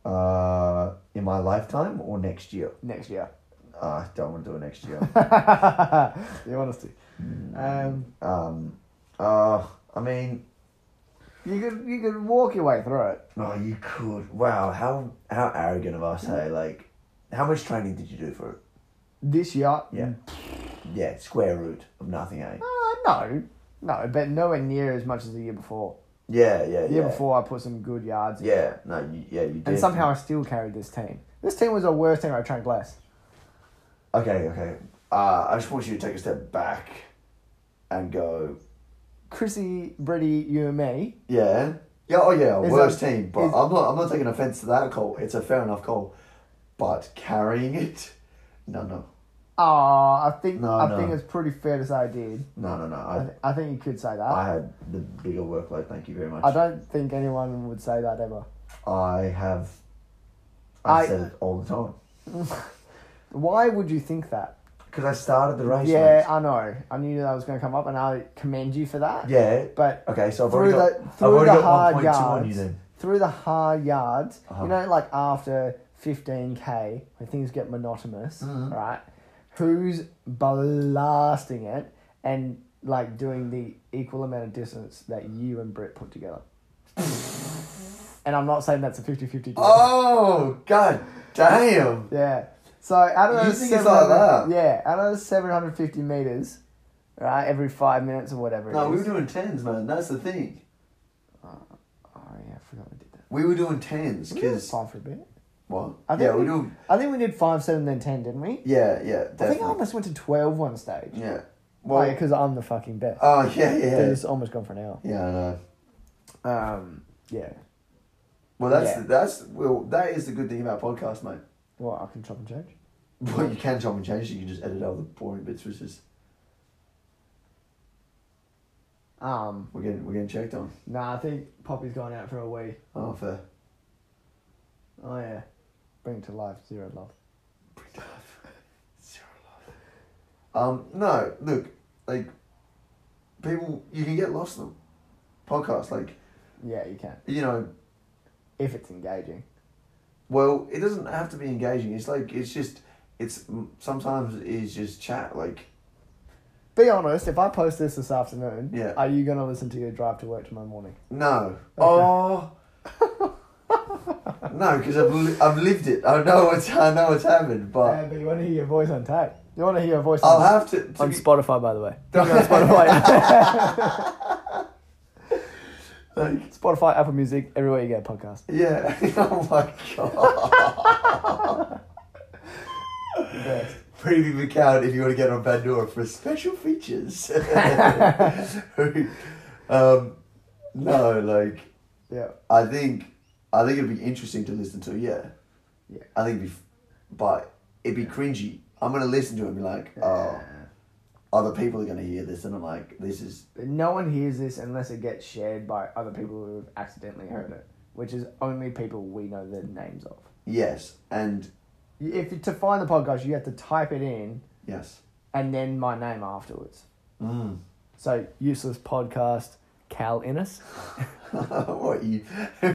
S3: Uh, in my lifetime or next year?
S2: Next year. *laughs*
S3: Uh, I don't want to do it next
S1: *laughs*
S3: year.
S2: the honesty.
S1: Mm.
S2: Um
S3: um, uh, I mean,
S2: you could you could walk your way through it.
S3: oh, you could. Wow, how how arrogant of us, hey? Like, how much training did you do for it?
S2: This year,
S3: Yeah. Yeah, square root of nothing, eh?
S2: Uh, no, no, but nowhere near as much as the year before.
S3: Yeah, yeah,
S2: The
S3: yeah.
S2: year before, I put some good yards. in.
S3: Yeah, no, you, yeah, you did.
S2: and somehow I still carried this team. This team was our worst team I trained less.
S3: Okay, okay.
S1: Uh, I just want you to take a step back, and go.
S2: Chrissy, Brady, you and me.
S1: Yeah. Yeah. Oh yeah.
S2: Is
S1: worst
S2: that-
S1: team, but
S2: is-
S1: I'm not. I'm not taking offense to that call. It's a fair enough call, but carrying it. No, no,
S2: Ah, I think
S1: No,
S2: I
S1: no.
S2: think it's pretty fair to say I did.
S1: no, no, no.
S2: I,
S1: I,
S2: th- I think you could say that.
S1: I
S2: I,
S1: had the bigger workload. Thank you very much.
S2: don't think anyone would say that ever.
S1: I have.
S3: I,
S2: I-
S3: said it all the time.
S2: Why would you think that?
S3: Because I started the race.
S2: yeah,
S3: mate.
S2: I know. I knew that was going to come up, and I commend you for that.
S3: Yeah.
S2: But
S3: Okay, so I've
S2: through
S3: already got,
S2: the
S3: I've
S2: through
S3: already
S2: the
S3: got
S2: hard
S3: 1.2
S2: yards,
S3: on you then.
S2: through the hard yards,
S3: Uh-huh.
S2: you know, like after fifteen k when things get monotonous,
S3: Mm-hmm.
S2: right? Who's blasting it and like doing the equal amount of distance that you and Britt put
S3: *laughs*
S2: together? and I'm not saying that's a 50-50 deal.
S1: Oh God, damn.
S2: Yeah. So out of
S1: You
S2: those
S1: think it's
S2: 700
S1: like that?
S2: yeah, out of those seven hundred fifty meters, right? Every five minutes or whatever.
S1: No,
S2: it
S1: we
S2: is.
S1: were doing tens, man. That's the thing.
S2: Oh yeah, I forgot we did that.
S1: We were doing tens
S2: We did
S1: because
S2: five for a bit.
S1: what?
S2: I think
S1: Yeah, we
S2: we-
S1: do.
S2: I think we did five, seven, then ten, didn't we?
S1: Yeah, yeah,
S2: I think I
S1: definitely.
S2: almost went to 12 one stage.
S1: Yeah.
S2: Well, uh,
S1: Well.
S2: because I'm the fucking best.
S1: Oh yeah,
S2: Dude,
S1: yeah.
S2: It's almost gone for an hour.
S1: Yeah, I know.
S2: Um, yeah.
S1: Well, that's
S2: Yeah.
S1: that's well, that is the good thing about podcast, mate.
S2: Well, I can chop and change.
S1: Well, you can chop and change. You can just edit out the boring bits, which is
S2: Um,
S1: we're getting we're getting checked on.
S2: nah, I think Poppy's gone out for a wee.
S1: Oh, fair.
S2: Oh yeah. Bring to life zero love.
S1: Zero love. Um, no, look, like people, you can get lost in them. Podcasts, like
S2: Yeah, you can
S1: you know,
S2: if it's engaging.
S1: well, it doesn't have to be engaging. It's like it's just it's sometimes it's just chat. Like
S2: Be honest. If I post this this afternoon,
S1: Yeah.
S2: are you gonna listen to your drive to work tomorrow morning?
S1: no, oh. no, because I've, li- I've lived it. I know what's I know what's happened, but
S2: but you want to hear your voice on tape. You want to hear your voice.
S1: I'll
S2: on, *laughs*
S1: have to. to
S2: on
S1: be-
S2: Spotify, by the way. Don't *laughs* go on Spotify.
S1: like,
S2: Spotify, Apple Music, everywhere you get a podcast.
S1: Yeah. *laughs* oh my god. Premium account if you want to get on Pandora for special features. *laughs* um, no, like
S2: Yeah.
S1: I think I think it'd be interesting to listen to. Yeah.
S2: Yeah.
S1: I think it'd be, f- but it'd be cringy. I'm gonna listen to it and be like, oh, other people are gonna hear this, and I'm like, this is
S2: No one hears this unless it gets shared by other people who have accidentally heard it, which is only people we know the names of.
S1: yes and
S2: You- If you- to find the podcast, you have to type it in
S1: yes. *laughs*
S2: and then my name afterwards.
S1: Mm.
S2: So useless podcast, Cal Innes.
S1: what you?